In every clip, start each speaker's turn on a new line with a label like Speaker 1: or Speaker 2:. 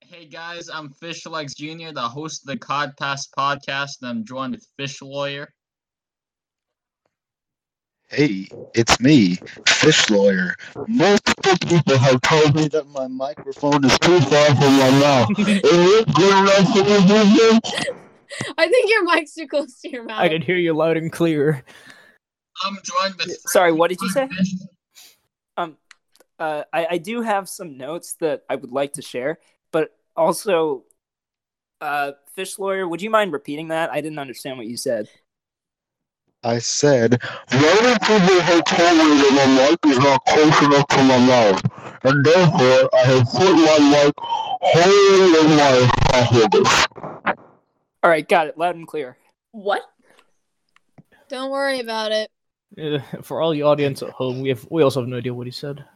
Speaker 1: Hey guys, I'm Fish Legs Jr., the host of the Cod Pass podcast, and I'm joined with Fish Lawyer.
Speaker 2: Hey, it's me, Fish Lawyer. Multiple people have told me that my microphone is too far from my mouth. Is it good enough for the video?
Speaker 3: I think your mic's too close to your mouth.
Speaker 4: I can hear you loud and clear.
Speaker 1: I'm joined with
Speaker 5: Sorry, what did you say?
Speaker 1: Fish.
Speaker 5: Um, uh, I, I do have some notes that I would like to share, but also, uh, Fish Lawyer, would you mind repeating that? I didn't understand what you said.
Speaker 2: I said, many people have told me that my mic is not close enough to my mouth, and therefore I have put my mic wholly in my esophagus.
Speaker 5: All right, got it, loud and clear.
Speaker 3: What? Don't worry about it.
Speaker 4: Uh, For all the audience at home, we have we also have no idea what he said.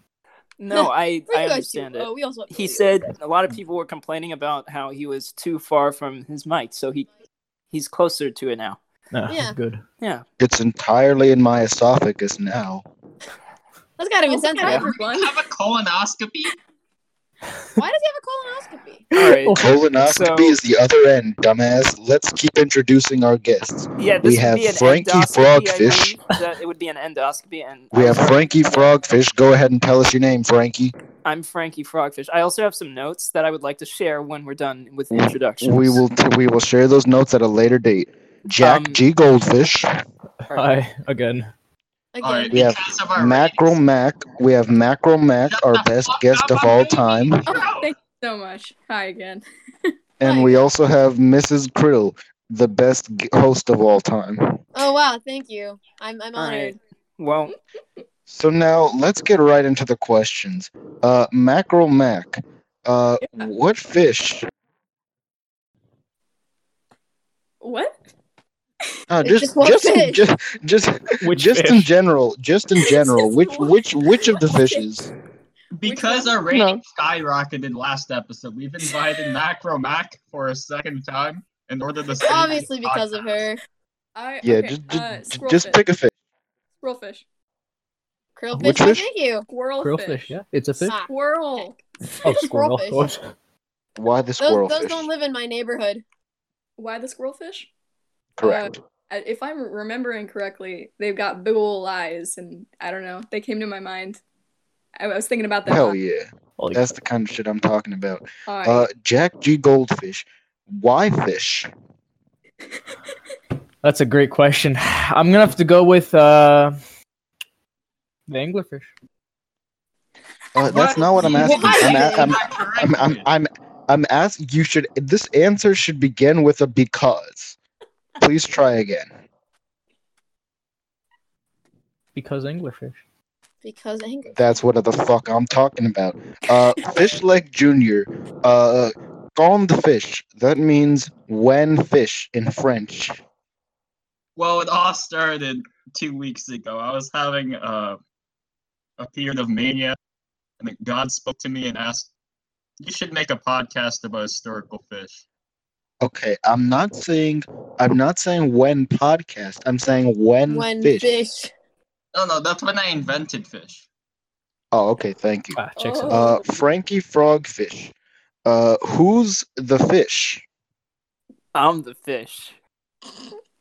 Speaker 5: No, I,
Speaker 3: Where
Speaker 5: I
Speaker 3: you guys
Speaker 5: understand
Speaker 3: do-
Speaker 5: it.
Speaker 3: Oh, we also
Speaker 5: He said a lot of people were complaining about how he was too far from his mic, so he he's closer to it now.
Speaker 4: Ah,
Speaker 3: Yeah.
Speaker 4: good.
Speaker 2: It's entirely in my esophagus now.
Speaker 3: that's got to be sense right
Speaker 5: Yeah.
Speaker 3: for one.
Speaker 1: Oh, Have a colonoscopy?
Speaker 3: Why does he have a colonoscopy?
Speaker 5: All
Speaker 2: Oh,
Speaker 5: right.
Speaker 2: Colonoscopy
Speaker 5: So-
Speaker 2: is the other end, dumbass. Let's keep introducing our guests.
Speaker 5: Yeah,
Speaker 2: We
Speaker 5: this would
Speaker 2: have
Speaker 5: be an
Speaker 2: Frankie
Speaker 5: endoscopy, I
Speaker 2: Frogfish.
Speaker 5: believe, That it would be an endoscopy, and
Speaker 2: We have
Speaker 5: I'm-
Speaker 2: Frankie Frogfish. Go ahead and tell us your name, Frankie.
Speaker 5: I'm Frankie Frogfish. I also have some notes that I would like to share when we're done with the
Speaker 2: We-
Speaker 5: introductions.
Speaker 2: We will we will share those notes at a later date. Jack
Speaker 5: Um,
Speaker 2: G Goldfish,
Speaker 4: Hi again.
Speaker 3: Again,
Speaker 1: All right,
Speaker 2: We have
Speaker 1: because of our
Speaker 2: Mackerel
Speaker 1: ratings.
Speaker 2: Mac. We have Mackerel Mac,
Speaker 1: Shut
Speaker 2: our
Speaker 1: the
Speaker 2: best
Speaker 1: fuck
Speaker 2: guest
Speaker 1: up,
Speaker 2: of
Speaker 1: I'm
Speaker 2: all
Speaker 1: doing
Speaker 2: time,
Speaker 1: the
Speaker 3: Oh,
Speaker 1: show.
Speaker 6: Thank you so much. Hi again.
Speaker 2: and we also have Mrs. Krill, the best g- host of all time.
Speaker 3: Oh wow, thank you. I'm I'm
Speaker 5: All
Speaker 3: honored.
Speaker 5: right. Well,
Speaker 2: So now let's get right into the questions. Uh, Mackerel Mac, uh,
Speaker 6: Yeah.
Speaker 2: what fish?
Speaker 6: What?
Speaker 2: Uh,
Speaker 3: It's
Speaker 2: just
Speaker 3: just one
Speaker 2: just in-
Speaker 3: fish.
Speaker 2: just just,
Speaker 4: Which
Speaker 2: just
Speaker 4: fish?
Speaker 2: in general, just in general,
Speaker 6: just
Speaker 2: which
Speaker 6: one-
Speaker 2: which which of the
Speaker 6: one fish.
Speaker 2: fishes?
Speaker 1: Because
Speaker 6: Which
Speaker 1: our rating
Speaker 2: No.
Speaker 1: skyrocketed last episode, we've invited Macro Mac for a second time in order to save the
Speaker 3: Obviously because of
Speaker 1: podcast.
Speaker 3: her.
Speaker 6: I,
Speaker 2: Yeah,
Speaker 6: okay,
Speaker 2: just
Speaker 6: uh,
Speaker 2: just,
Speaker 6: squirrelfish.
Speaker 2: just pick a fish.
Speaker 6: squirrelfish.
Speaker 3: Krillfish,
Speaker 2: Which
Speaker 3: why
Speaker 2: fish?
Speaker 3: thank you.
Speaker 6: Squirrelfish.
Speaker 4: Squirrel fish. Yeah, it's a fish.
Speaker 3: Ah,
Speaker 6: Squirrel.
Speaker 4: Oh, squirrel.
Speaker 3: squirrelfish.
Speaker 4: What?
Speaker 2: Why the squirrel
Speaker 3: Those, those
Speaker 2: fish?
Speaker 3: don't live in my neighborhood.
Speaker 6: Why the squirrelfish?
Speaker 2: Correct.
Speaker 6: Uh, if I'm remembering correctly, they've got big ol' eyes, and I don't know. They came to my mind. I, I was thinking about that.
Speaker 2: Hell yeah.
Speaker 4: Holy
Speaker 2: That's
Speaker 4: crap.
Speaker 2: the kind of shit I'm talking about.
Speaker 6: Alright.
Speaker 2: Uh, Jack G. Goldfish. Why fish?
Speaker 4: That's a great question. I'm gonna have to go with uh, the anglerfish.
Speaker 2: Uh, that's not what I'm asking.
Speaker 3: Why?
Speaker 2: I'm, a- I'm,
Speaker 1: Am I correct?
Speaker 2: I'm, I'm, I'm, I'm asking. You should. This answer should begin with a because. Please try again.
Speaker 4: Because anglerfish.
Speaker 3: Because angry.
Speaker 2: That's what the fuck I'm talking about. Uh, fish Leg Jr. Uh, quand the fish. That means when fish in French.
Speaker 1: Well, it all started two weeks ago. I was having uh, a period of mania, and then God spoke to me and asked, "You should make a podcast about historical fish."
Speaker 2: Okay, I'm not saying I'm not saying when podcast. I'm saying when,
Speaker 3: When
Speaker 2: fish.
Speaker 3: fish.
Speaker 1: No, no, that's when I invented fish.
Speaker 2: Oh, okay, thank you.
Speaker 4: Ah, checks out.
Speaker 2: Uh, Frankie Frogfish. Uh, who's the fish?
Speaker 5: I'm the fish.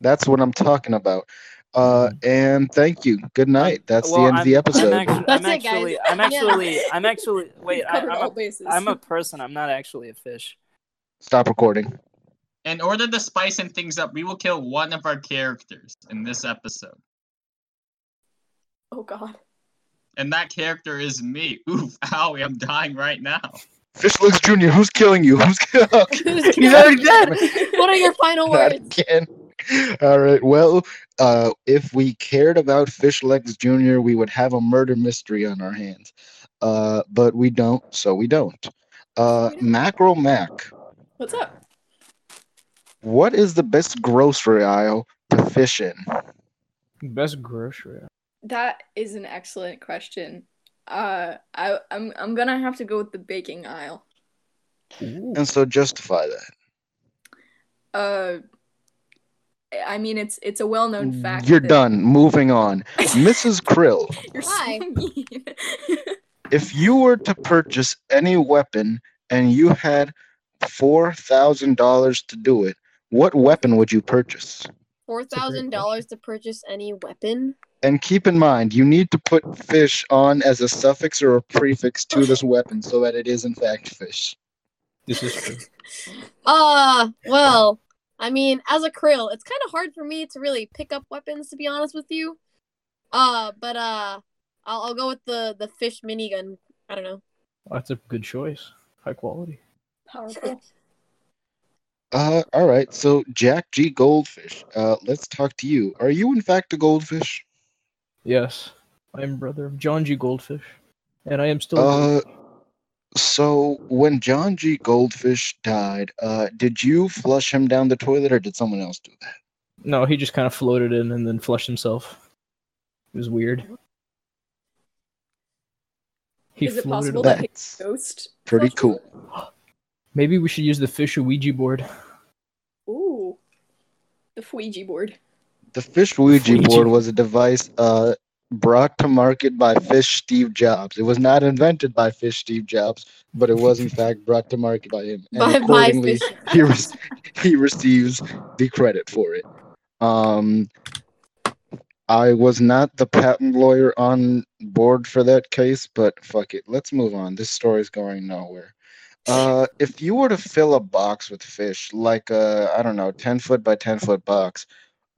Speaker 2: That's what I'm talking about. Uh, and thank you. Good night. That's
Speaker 5: Mm-hmm. Uh, Well,
Speaker 2: the end of the
Speaker 5: I'm-
Speaker 2: episode.
Speaker 5: I'm actually,
Speaker 3: That's
Speaker 5: I'm
Speaker 3: it, guys.
Speaker 5: actually, I'm
Speaker 3: Yeah.
Speaker 5: actually, I'm actually. Wait, I,
Speaker 6: covered all
Speaker 5: I'm a,
Speaker 6: bases.
Speaker 5: I'm a person. I'm not actually a fish.
Speaker 2: Stop recording.
Speaker 1: In order to spicing things up, we will kill one of our characters in this episode,
Speaker 6: oh God.
Speaker 1: and that character is me. Oof! Owie! I'm dying right now.
Speaker 2: Fish looks Jr. Who's killing you? Who's killing?
Speaker 3: Who's
Speaker 4: He's already dead.
Speaker 3: What are your final
Speaker 2: Not
Speaker 3: words?
Speaker 2: again. All right. Well, uh, if we cared about Fish Legs Jr., we would have a murder mystery on our hands. Uh, but we don't, so we don't. Uh,
Speaker 6: We don't.
Speaker 2: Macro Mac.
Speaker 6: What's up?
Speaker 2: What is the best grocery aisle to fish in?
Speaker 4: Best grocery.
Speaker 6: That is an excellent question. Uh, I, I'm, I'm gonna have to go with the baking aisle.
Speaker 4: Ooh.
Speaker 2: And so justify that.
Speaker 6: Uh, I mean, it's it's a well-known fact.
Speaker 2: Mm, You're
Speaker 6: that-
Speaker 2: done. Moving on. Mrs. Krill,
Speaker 6: You're
Speaker 3: Why?
Speaker 6: so mean.
Speaker 2: if you were to purchase any weapon and you had four thousand dollars to do it, what weapon would you purchase?
Speaker 3: Four thousand dollars to purchase any weapon.
Speaker 2: And keep in mind, you need to put fish on as a suffix or a prefix to this weapon so that it is in fact fish.
Speaker 7: This is true.
Speaker 3: Uh, well, I mean, as a krill, it's kind of hard for me to really pick up weapons, to be honest with you. Uh, but uh, I'll, I'll go with the the fish minigun. I don't know.
Speaker 4: That's a good choice. High quality.
Speaker 6: Powerful.
Speaker 2: Uh, all right. So Jack G Goldfish, uh, let's talk to you. Are you in fact a goldfish?
Speaker 4: Yes, I am brother of John G. Goldfish, and I am still.
Speaker 2: Uh, so when John G Goldfish died, uh, did you flush him down the toilet or did someone else do that?
Speaker 4: no, he just kind of floated in and then flushed himself. It was weird. He
Speaker 6: Is it
Speaker 4: floated.
Speaker 6: possible
Speaker 4: away.
Speaker 6: that he-
Speaker 2: That's
Speaker 6: Ghost.
Speaker 2: pretty
Speaker 6: flush
Speaker 2: cool.
Speaker 4: Maybe we should use the fish Ouija board.
Speaker 6: Ooh. The Ouija board.
Speaker 2: The fish Ouija
Speaker 4: Ouija.
Speaker 2: board was a device uh, brought to market by Fish Steve Jobs. It was not invented by Fish Steve Jobs, but it was in fact brought to market by him. And
Speaker 3: By my
Speaker 2: accordingly,
Speaker 3: fish.
Speaker 2: he, re- he receives the credit for it. Um, I was not the patent lawyer on board for that case, but fuck it. Let's move on. This story's going nowhere. Uh, if you were to fill a box with fish, like a, I don't know, 10 foot by 10 foot box,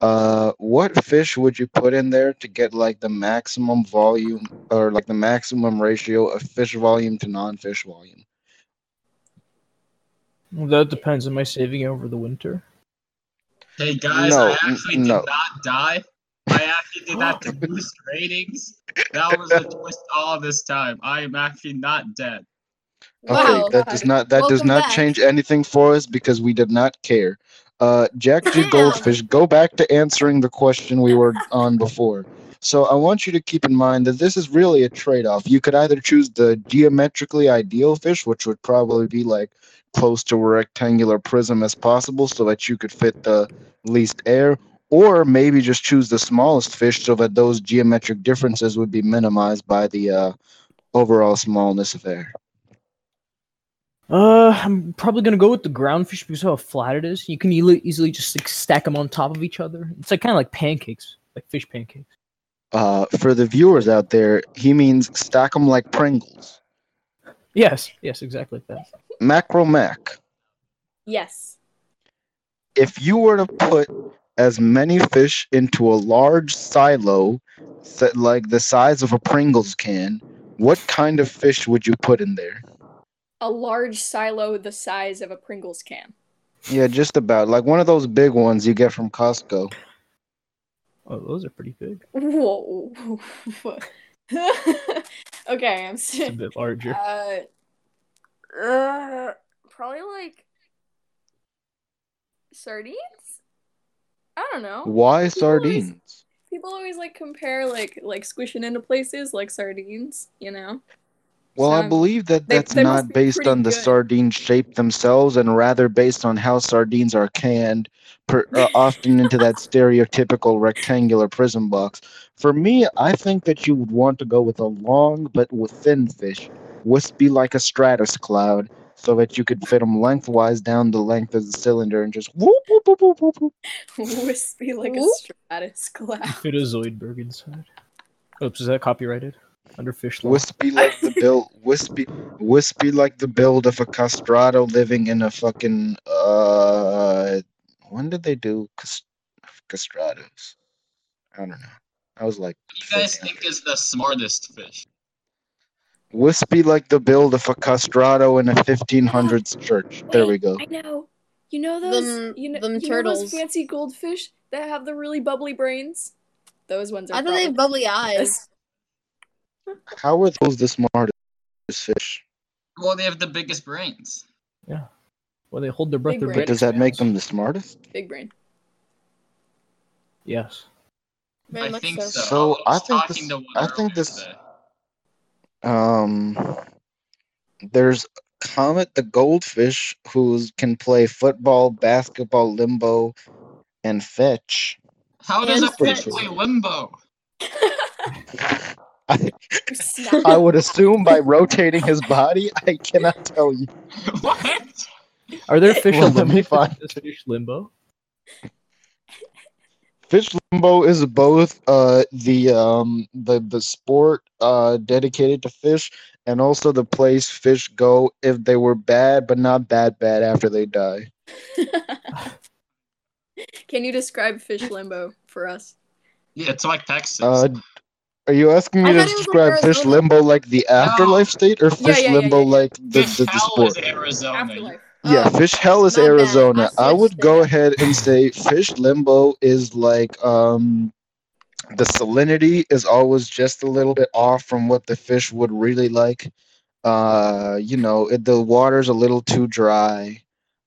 Speaker 2: uh, what fish would you put in there to get like the maximum volume or like the maximum ratio of fish volume to non fish volume?
Speaker 4: Well, that depends. Am I saving it over the winter?
Speaker 1: Hey guys,
Speaker 2: No,
Speaker 1: I actually
Speaker 2: n- no.
Speaker 1: did not die. I actually did that to boost ratings. That was the twist all this time. I am actually not dead.
Speaker 2: Okay,
Speaker 3: Wow.
Speaker 2: that does not that does
Speaker 3: Welcome
Speaker 2: not
Speaker 3: back.
Speaker 2: change anything for us because we did not care. Uh, Jack G.
Speaker 3: Damn.
Speaker 2: Goldfish, go back to answering the question we were on before. So I want you to keep in mind that this is really a trade-off. You could either choose the geometrically ideal fish, which would probably be like close to a rectangular prism as possible, so that you could fit the least air, or maybe just choose the smallest fish so that those geometric differences would be minimized by the uh, overall smallness of air.
Speaker 4: Uh, I'm probably gonna go with the ground fish because of how flat it is. You can easily, easily just like stack them on top of each other. It's like kind of like pancakes, like fish pancakes.
Speaker 2: Uh, for the viewers out there, he means stack them like Pringles.
Speaker 4: Yes, yes, exactly like that.
Speaker 2: Macro Mac.
Speaker 6: Yes.
Speaker 2: If you were to put as many fish into a large silo, sa- like the size of a Pringles can, what kind of fish would you put in there?
Speaker 6: A large silo the size of a Pringles can.
Speaker 2: Yeah, just about like one of those big ones you get from Costco.
Speaker 4: Oh, those are pretty big.
Speaker 6: Whoa. okay, I'm
Speaker 4: It's a
Speaker 6: sick.
Speaker 4: bit larger.
Speaker 6: Uh, uh, probably like sardines. I don't know.
Speaker 2: Why
Speaker 6: People always-
Speaker 2: sardines?
Speaker 6: People always like compare like like squishing into places like sardines. You know.
Speaker 2: Well, I
Speaker 6: Um,
Speaker 2: believe that
Speaker 6: they-
Speaker 2: that's
Speaker 6: they must
Speaker 2: not
Speaker 6: be
Speaker 2: based
Speaker 6: pretty
Speaker 2: on the
Speaker 6: good.
Speaker 2: sardine shape themselves, and rather based on how sardines are canned, per, uh, often into that stereotypical rectangular prism box. For me, I think that you would want to go with a long but with thin fish, wispy like a stratus cloud, so that you could fit them lengthwise down the length of the cylinder and just whoop whoop whoop whoop whoop. whoop.
Speaker 6: Wispy like a
Speaker 3: Whoop.
Speaker 6: stratus cloud.
Speaker 4: Fit a Zoidberg inside. Oops, is that copyrighted? Under fish law.
Speaker 2: Wispy like the bill, wispy, wispy like the build of a castrato living in a fucking. Uh, when did they do cas- castratos? I don't know. I was like,
Speaker 1: What do you guys
Speaker 2: 15.
Speaker 1: think is the smartest fish?
Speaker 2: wispy like the build of a castrato in a 1500s church. There we
Speaker 6: Wait,
Speaker 2: go.
Speaker 6: I know. You know those
Speaker 3: Them-
Speaker 6: you know,
Speaker 3: them
Speaker 6: you know those
Speaker 3: turtles.
Speaker 6: fancy goldfish that have the really bubbly brains? Those ones are
Speaker 3: I thought they had
Speaker 6: probably-
Speaker 3: bubbly eyes.
Speaker 2: How are those the smartest fish?
Speaker 1: Well, they have the biggest brains.
Speaker 4: Well, they hold their breath.
Speaker 6: Big
Speaker 4: Their
Speaker 6: brain.
Speaker 4: brain
Speaker 2: But does that make
Speaker 4: expands.
Speaker 2: them the smartest?
Speaker 6: big brain.
Speaker 4: Yes.
Speaker 3: Very
Speaker 1: I
Speaker 3: much
Speaker 1: think so.
Speaker 3: so.
Speaker 2: So, I
Speaker 1: was
Speaker 2: think
Speaker 1: talking
Speaker 2: this-
Speaker 1: to one
Speaker 2: I think
Speaker 1: earlier
Speaker 2: this-
Speaker 1: today.
Speaker 2: Um, there's Comet the goldfish who can play football, basketball, limbo, and fetch.
Speaker 1: How does
Speaker 3: And
Speaker 1: a fish
Speaker 2: fetch.
Speaker 1: play limbo?
Speaker 2: I,
Speaker 6: Snap.
Speaker 2: I would assume by rotating his body. I cannot tell you.
Speaker 1: what?
Speaker 4: Are there fish?
Speaker 2: Well,
Speaker 4: a
Speaker 2: let me
Speaker 4: limbo?
Speaker 2: find
Speaker 4: Is fish limbo.
Speaker 2: Fish limbo is both uh the um the the sport uh dedicated to fish and also the place fish go if they were bad but not bad bad after they die. Uh,
Speaker 6: Can you describe fish limbo for us?
Speaker 1: Yeah, it's like Texas.
Speaker 2: Uh are you asking me
Speaker 3: I
Speaker 2: to
Speaker 3: thought it was like
Speaker 2: describe fish
Speaker 3: Arizona.
Speaker 2: limbo like the afterlife state or fish
Speaker 6: yeah, yeah,
Speaker 2: limbo
Speaker 6: yeah, yeah.
Speaker 2: like the,
Speaker 1: Fish
Speaker 2: the, the
Speaker 1: hell
Speaker 2: sport?
Speaker 1: is Arizona.
Speaker 6: Afterlife.
Speaker 2: Yeah,
Speaker 3: Oh,
Speaker 2: fish hell is
Speaker 3: my bad. I
Speaker 2: Arizona. I, would
Speaker 3: switched
Speaker 2: go
Speaker 3: it.
Speaker 2: ahead and say fish limbo is like um the salinity is always just a little bit off from what the fish would really like. Uh, you know, it, the water's a little too dry.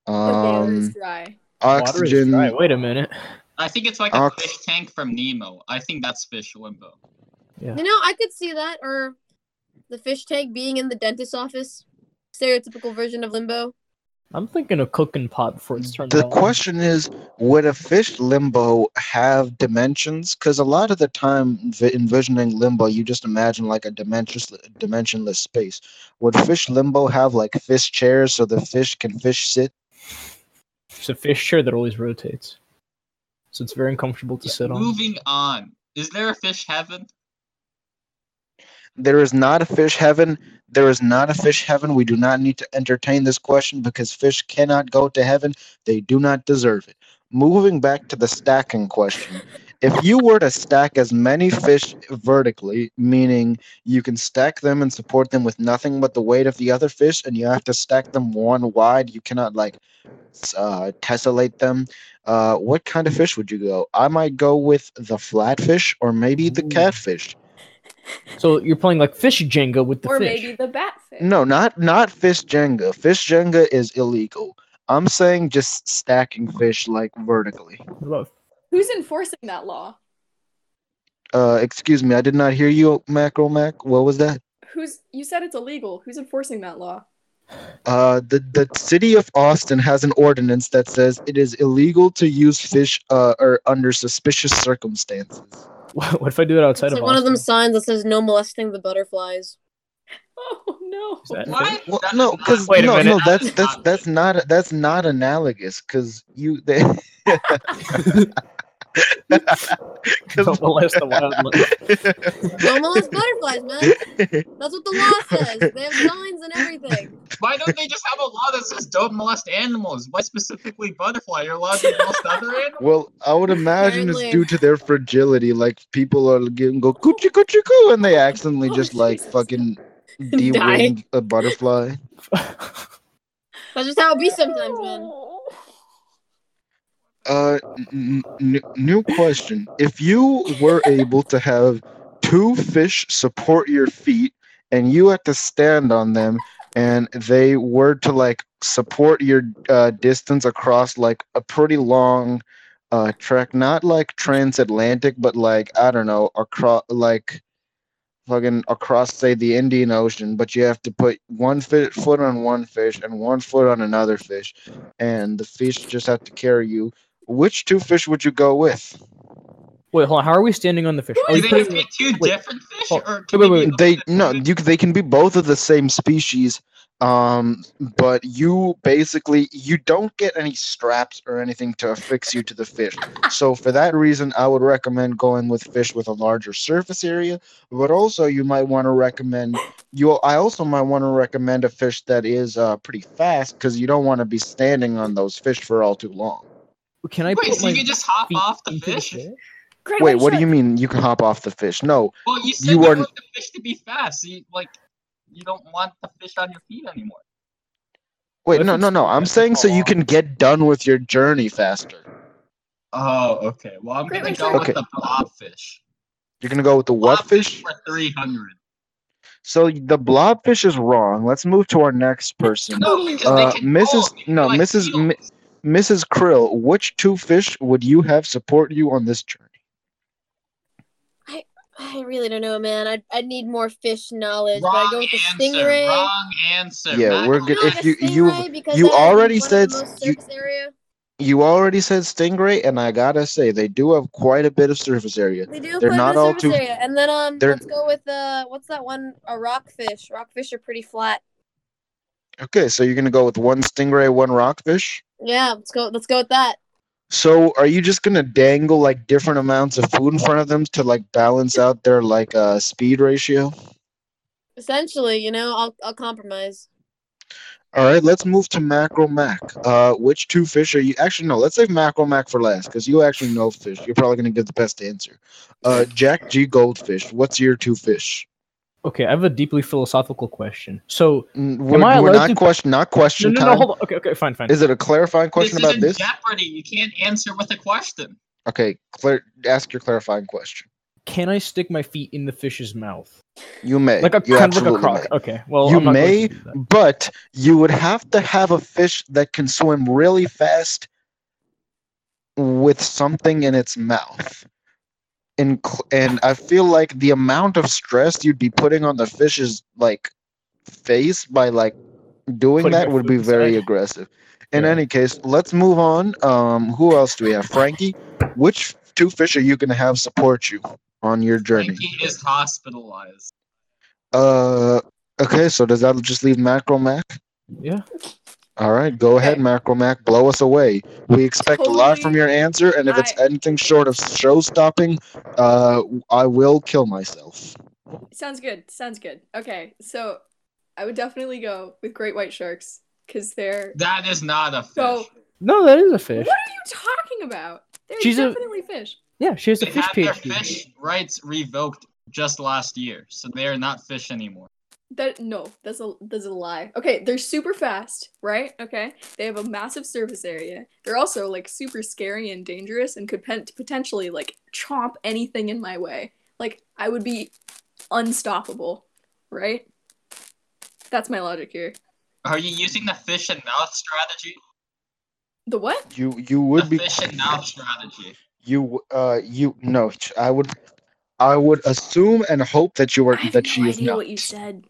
Speaker 6: The water is
Speaker 2: Um,
Speaker 6: dry.
Speaker 2: oxygen.
Speaker 4: Water is dry. Wait a minute.
Speaker 1: I think it's like a
Speaker 2: Ox-
Speaker 1: fish tank from Nemo. I think that's fish limbo.
Speaker 3: You know, I could see that or the fish tank being in the dentist's office. Stereotypical version of limbo.
Speaker 4: I'm thinking a cooking pot before it's turned
Speaker 2: The
Speaker 4: on.
Speaker 2: question is, would a fish limbo have dimensions? Because a lot of the time, vi- envisioning limbo, you just imagine like a dimensionless, dimensionless space. Would fish limbo have like fish chairs so the fish can fish sit?
Speaker 4: It's a fish chair that always rotates, so it's very uncomfortable to sit on.
Speaker 1: Moving on. Is there a fish heaven?
Speaker 2: There is not a fish heaven. There is not a fish heaven. We do not need to entertain this question because fish cannot go to heaven. They do not deserve it. Moving back to the stacking question. If you were to stack as many fish vertically, meaning you can stack them and support them with nothing but the weight of the other fish, and you have to stack them one wide, you cannot like s- uh, tessellate them. Uh, what kind of fish would you go? I might go with the flatfish or maybe the
Speaker 4: Ooh.
Speaker 2: catfish.
Speaker 4: So you're playing like fish Jenga with the
Speaker 6: or
Speaker 4: fish.
Speaker 6: maybe the batfish.
Speaker 2: No, not not fish Jenga. Fish Jenga is illegal. I'm saying just stacking fish like vertically.
Speaker 4: What about
Speaker 6: Who's enforcing that law?
Speaker 2: Uh, excuse me, I did not hear you, Macro Mac. What was that?
Speaker 6: Who's you said it's illegal. Who's enforcing that law?
Speaker 2: Uh, the the city of Austin has an ordinance that says it is illegal to use fish uh or under suspicious circumstances.
Speaker 4: What, what if I do it outside
Speaker 3: It's
Speaker 4: of
Speaker 3: like one of them
Speaker 4: Austin?
Speaker 3: signs that says "No molesting the butterflies."
Speaker 6: Oh no.
Speaker 4: Is that-
Speaker 1: What?
Speaker 2: Well,
Speaker 1: That
Speaker 2: no,
Speaker 1: is not-
Speaker 2: because
Speaker 4: Wait a
Speaker 2: no,
Speaker 4: minute.
Speaker 2: no,
Speaker 1: That is
Speaker 2: that's that's
Speaker 1: not
Speaker 2: that's
Speaker 1: fish.
Speaker 2: not that's not analogous because you they
Speaker 4: Don't molest the wildlife.
Speaker 3: Don't molest butterflies, man. That's what the law says. They have signs and everything.
Speaker 1: Why don't they just have a law that says don't molest animals? Why specifically butterfly? You're allowed to molest other animals?
Speaker 2: Well, I would imagine it's
Speaker 3: Apparently.
Speaker 2: due to their fragility. Like people are getting go coochie coochie coo, and they accidentally
Speaker 6: Oh,
Speaker 2: just like
Speaker 6: Jesus.
Speaker 2: fucking
Speaker 6: Die.
Speaker 2: de-winged a butterfly.
Speaker 3: That's just how it be sometimes, man.
Speaker 6: No.
Speaker 2: Uh, n- n- n- new question: If you were able to have two fish support your feet, and you had to stand on them, and they were to like support your uh, distance across like a pretty long uh track, not like transatlantic, but like I don't know, across like fucking across say the Indian Ocean, but you have to put one fi- foot on one fish and one foot on another fish, and the fish just have to carry you. Which two fish would you go with?
Speaker 4: Wait, hold on. How are we standing on the fish? Are
Speaker 1: Do
Speaker 4: you
Speaker 1: they have to
Speaker 4: putting?
Speaker 1: be two
Speaker 4: wait.
Speaker 1: different fish?
Speaker 4: Oh,
Speaker 1: Or
Speaker 4: wait,
Speaker 1: can
Speaker 4: wait,
Speaker 1: be
Speaker 4: wait.
Speaker 2: They no, you c- they can be both of the same species, um, but you basically you don't get any straps or anything to affix you to the fish. So for that reason, I would recommend going with fish with a larger surface area. But also, you might want to recommend you. I also might want to recommend a fish that is uh, pretty fast because you don't want to be standing on those fish for all too long.
Speaker 4: Can I
Speaker 1: Wait,
Speaker 4: put
Speaker 1: so
Speaker 4: my
Speaker 1: you can just hop
Speaker 4: feet
Speaker 1: off the
Speaker 4: into
Speaker 1: fish?
Speaker 4: the fish?
Speaker 6: Great
Speaker 2: Wait,
Speaker 6: white
Speaker 2: what do
Speaker 6: shark.
Speaker 2: you mean you can hop off the fish? No,
Speaker 1: Well, you said
Speaker 2: you
Speaker 1: you,
Speaker 2: are
Speaker 1: want the fish to be fast. So you, like, you don't want the fish on your feet anymore.
Speaker 4: What
Speaker 2: Wait,
Speaker 4: if
Speaker 2: no,
Speaker 4: it's
Speaker 2: no, no.
Speaker 4: too
Speaker 2: I'm
Speaker 4: fast to
Speaker 2: saying so
Speaker 4: fall
Speaker 2: you
Speaker 4: off?
Speaker 2: can get done with your journey faster.
Speaker 1: Oh, okay. Well, I'm
Speaker 6: Great
Speaker 1: gonna
Speaker 6: white
Speaker 1: go
Speaker 6: shark.
Speaker 1: with the blobfish.
Speaker 2: You're gonna go with the what fish?
Speaker 1: for three hundred.
Speaker 2: So the blobfish is wrong. Let's move to our next person.
Speaker 1: No,
Speaker 6: Totally
Speaker 1: because
Speaker 2: Uh,
Speaker 1: they can
Speaker 2: Mrs.
Speaker 1: roll. They
Speaker 2: No,
Speaker 1: like
Speaker 2: Mrs.
Speaker 1: seals.
Speaker 2: M- Mrs. Krill. Which two fish would you have support you on this journey?
Speaker 3: I really don't know, man. I I need more fish knowledge. but I
Speaker 1: Wrong
Speaker 3: go with the
Speaker 1: answer.
Speaker 3: stingray.
Speaker 1: Wrong answer.
Speaker 2: Yeah,
Speaker 1: Matt.
Speaker 2: we're
Speaker 3: I
Speaker 2: good-
Speaker 3: don't know,
Speaker 2: if
Speaker 3: like a
Speaker 2: you- you've-
Speaker 3: stingray because
Speaker 2: you
Speaker 3: that has
Speaker 2: already
Speaker 3: one
Speaker 2: said
Speaker 3: of the most
Speaker 2: you-
Speaker 3: surface area.
Speaker 2: You already said stingray, and I gotta say they do have quite a bit of surface area.
Speaker 3: They do have
Speaker 2: They're
Speaker 3: quite a bit
Speaker 2: not
Speaker 3: of
Speaker 2: all
Speaker 3: surface
Speaker 2: too.
Speaker 3: area. And then um
Speaker 2: They're
Speaker 3: let's go with uh what's that one? A rockfish. Rockfish are pretty flat.
Speaker 2: Okay, so you're gonna go with one stingray, one rockfish.
Speaker 3: Yeah, let's go. Let's go with that.
Speaker 2: So are you just gonna dangle like different amounts of food in front of them to like balance out their like uh speed ratio?
Speaker 3: Essentially, you know, I'll I'll compromise.
Speaker 2: All right, let's move to macro mac. Uh, which two fish are you? Actually, no. Let's save macro mac for last because you actually know fish. You're probably gonna give the best answer. Uh, Jack G Goldfish. What's your two fish?
Speaker 4: Okay, I have a deeply philosophical question. So
Speaker 2: Mm, We're,
Speaker 4: I
Speaker 2: we're
Speaker 4: allowed
Speaker 2: not
Speaker 4: to-
Speaker 2: question, not
Speaker 4: no,
Speaker 2: question
Speaker 4: no,
Speaker 2: time.
Speaker 4: no, hold on. Okay, okay, fine, fine.
Speaker 2: Is it a clarifying question
Speaker 1: this
Speaker 2: about
Speaker 1: isn't
Speaker 2: this?
Speaker 1: Jeopardy. You can't answer with a question.
Speaker 2: Okay, clar- ask your clarifying question.
Speaker 4: Can I stick my feet in the fish's mouth,
Speaker 2: You may.
Speaker 4: like a
Speaker 2: you
Speaker 4: kind of like a
Speaker 2: Eh, absolutely
Speaker 4: croc?
Speaker 2: may.
Speaker 4: Okay, well,
Speaker 2: You
Speaker 4: I'm not going
Speaker 2: may,
Speaker 4: to do that.
Speaker 2: but you would have to have a fish that can swim really fast with something in its mouth. And, cl- and I feel like the amount of stress you'd be putting on the fish's like face by like doing
Speaker 4: Putting
Speaker 2: that
Speaker 4: my
Speaker 2: would
Speaker 4: foot
Speaker 2: be very
Speaker 4: inside.
Speaker 2: aggressive. In
Speaker 4: Yeah.
Speaker 2: any case, let's move on. Um, who else do we have? Frankie, which two fish are you gonna have support you on your journey?
Speaker 1: Frankie is hospitalized.
Speaker 2: Uh, okay. So does that just leave Macro Mac?
Speaker 4: Yeah.
Speaker 2: All right, go ahead,
Speaker 6: Okay.
Speaker 2: Macro Mac. Blow us away. We expect a lot from
Speaker 6: Totally.
Speaker 2: your answer, and if it's
Speaker 6: I-
Speaker 2: anything short of show-stopping, uh, I will kill myself.
Speaker 6: Sounds good. Sounds good. Okay, so I would definitely go with great white sharks because they're.
Speaker 1: That is not a fish.
Speaker 6: So-
Speaker 4: No, that is a
Speaker 6: What are
Speaker 4: fish.
Speaker 6: you talking about? They're
Speaker 4: She's a-
Speaker 6: definitely fish.
Speaker 4: Yeah, she has a
Speaker 1: they
Speaker 4: fish
Speaker 1: had their
Speaker 4: PhD.
Speaker 1: fish rights revoked just last year, so they are not fish anymore.
Speaker 6: That no, that's a that's a lie. Okay, they're super fast, right? Okay, they have a massive surface area. They're also like super scary and dangerous, and could pen- potentially like chomp anything in my way. Like I would be unstoppable, right? That's my logic here.
Speaker 1: Are you using the fish and mouth strategy?
Speaker 6: The what?
Speaker 2: You you would
Speaker 1: the
Speaker 2: be
Speaker 1: fish and mouth strategy.
Speaker 2: you uh you no. ch- I would I would assume and hope that you were
Speaker 6: I have
Speaker 2: that
Speaker 6: no
Speaker 2: she is
Speaker 6: idea
Speaker 2: not.
Speaker 6: what you said.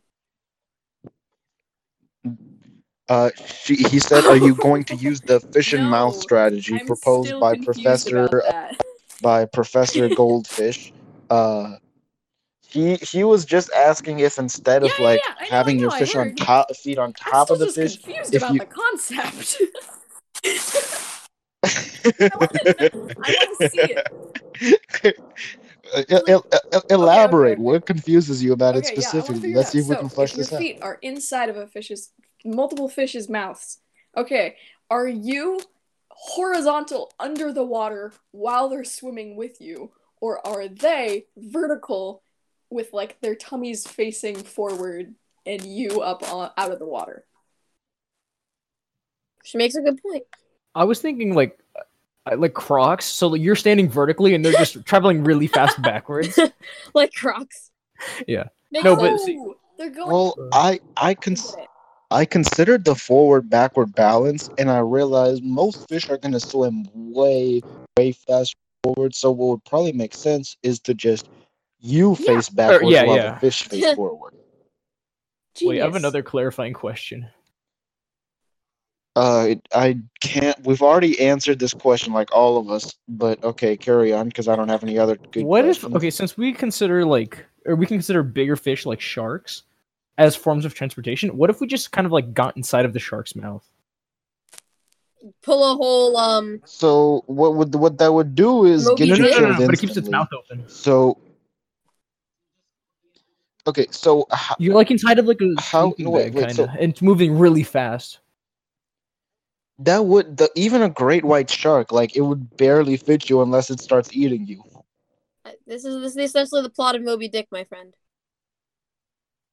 Speaker 2: Uh, she he said, "Are you going to use the fish and mouth
Speaker 6: No,
Speaker 2: strategy
Speaker 6: I'm
Speaker 2: proposed
Speaker 6: still
Speaker 2: by
Speaker 6: confused
Speaker 2: Professor uh,
Speaker 6: about that.
Speaker 2: by Professor Goldfish. Uh, he he was just asking if instead
Speaker 6: Yeah,
Speaker 2: of
Speaker 6: yeah,
Speaker 2: like
Speaker 6: yeah, I know, I
Speaker 2: having your
Speaker 6: know, I
Speaker 2: fish on
Speaker 6: heard.
Speaker 2: top, feet on
Speaker 6: I'm
Speaker 2: top
Speaker 6: still
Speaker 2: of the
Speaker 6: just
Speaker 2: fish.
Speaker 6: confused
Speaker 2: if
Speaker 6: about
Speaker 2: you-
Speaker 6: the concept. I want to know. I want to see it.
Speaker 2: Uh, el- el- el- Elaborate.
Speaker 6: okay.
Speaker 2: What confuses you about it
Speaker 6: Okay, yeah, I want to
Speaker 2: specifically?
Speaker 6: figure
Speaker 2: Let's
Speaker 6: it
Speaker 2: see
Speaker 6: out.
Speaker 2: if we
Speaker 6: So,
Speaker 2: can flesh
Speaker 6: if your
Speaker 2: this out.
Speaker 6: feet are inside of a fish's multiple fish's mouths, okay, are you horizontal under the water while they're swimming with you, or are they vertical with like their tummies facing forward and you up on, out of the water?
Speaker 3: She makes a good point.
Speaker 4: I was thinking like uh, like crocs. So like, you're standing vertically and they're just traveling really fast backwards.
Speaker 3: Like Crocs.
Speaker 4: Yeah.
Speaker 3: Makes
Speaker 4: No, but
Speaker 3: sense.
Speaker 4: see-
Speaker 6: Ooh, they're going.
Speaker 2: Well, I I
Speaker 6: I
Speaker 2: can
Speaker 6: get it.
Speaker 2: I considered the forward backward balance, and I realized most fish are going to swim way, way fast forward. So, what would probably make sense is to just you
Speaker 6: Yeah.
Speaker 2: face backwards
Speaker 4: Oh, yeah,
Speaker 2: while
Speaker 4: yeah.
Speaker 2: the fish face forward.
Speaker 4: Wait, I have
Speaker 6: Genius.
Speaker 4: another clarifying question.
Speaker 2: Uh, it- I can't. We've already answered this question, like all of us. But okay, carry on, because I don't have any other good.
Speaker 4: what
Speaker 2: questions.
Speaker 4: if okay, since we consider like or we can consider bigger fish like sharks as forms of transportation, what if we just kind of like got inside of the shark's mouth?
Speaker 3: Pull a whole um.
Speaker 2: So what would what that would do is
Speaker 3: Moby
Speaker 2: get
Speaker 4: No,
Speaker 2: you
Speaker 4: no,
Speaker 3: Dick?
Speaker 4: no, no,
Speaker 2: killed
Speaker 4: no, but it keeps its
Speaker 2: instantly.
Speaker 4: mouth open.
Speaker 2: So okay, so h-
Speaker 4: You're like inside of like a
Speaker 2: How-
Speaker 4: sleeping
Speaker 2: no, wait,
Speaker 4: bag
Speaker 2: wait,
Speaker 4: kind of,
Speaker 2: so-
Speaker 4: and it's moving really fast.
Speaker 2: That would the even a great white shark, like it would barely fit you unless it starts eating you.
Speaker 3: This is this is essentially the plot of Moby Dick, my friend.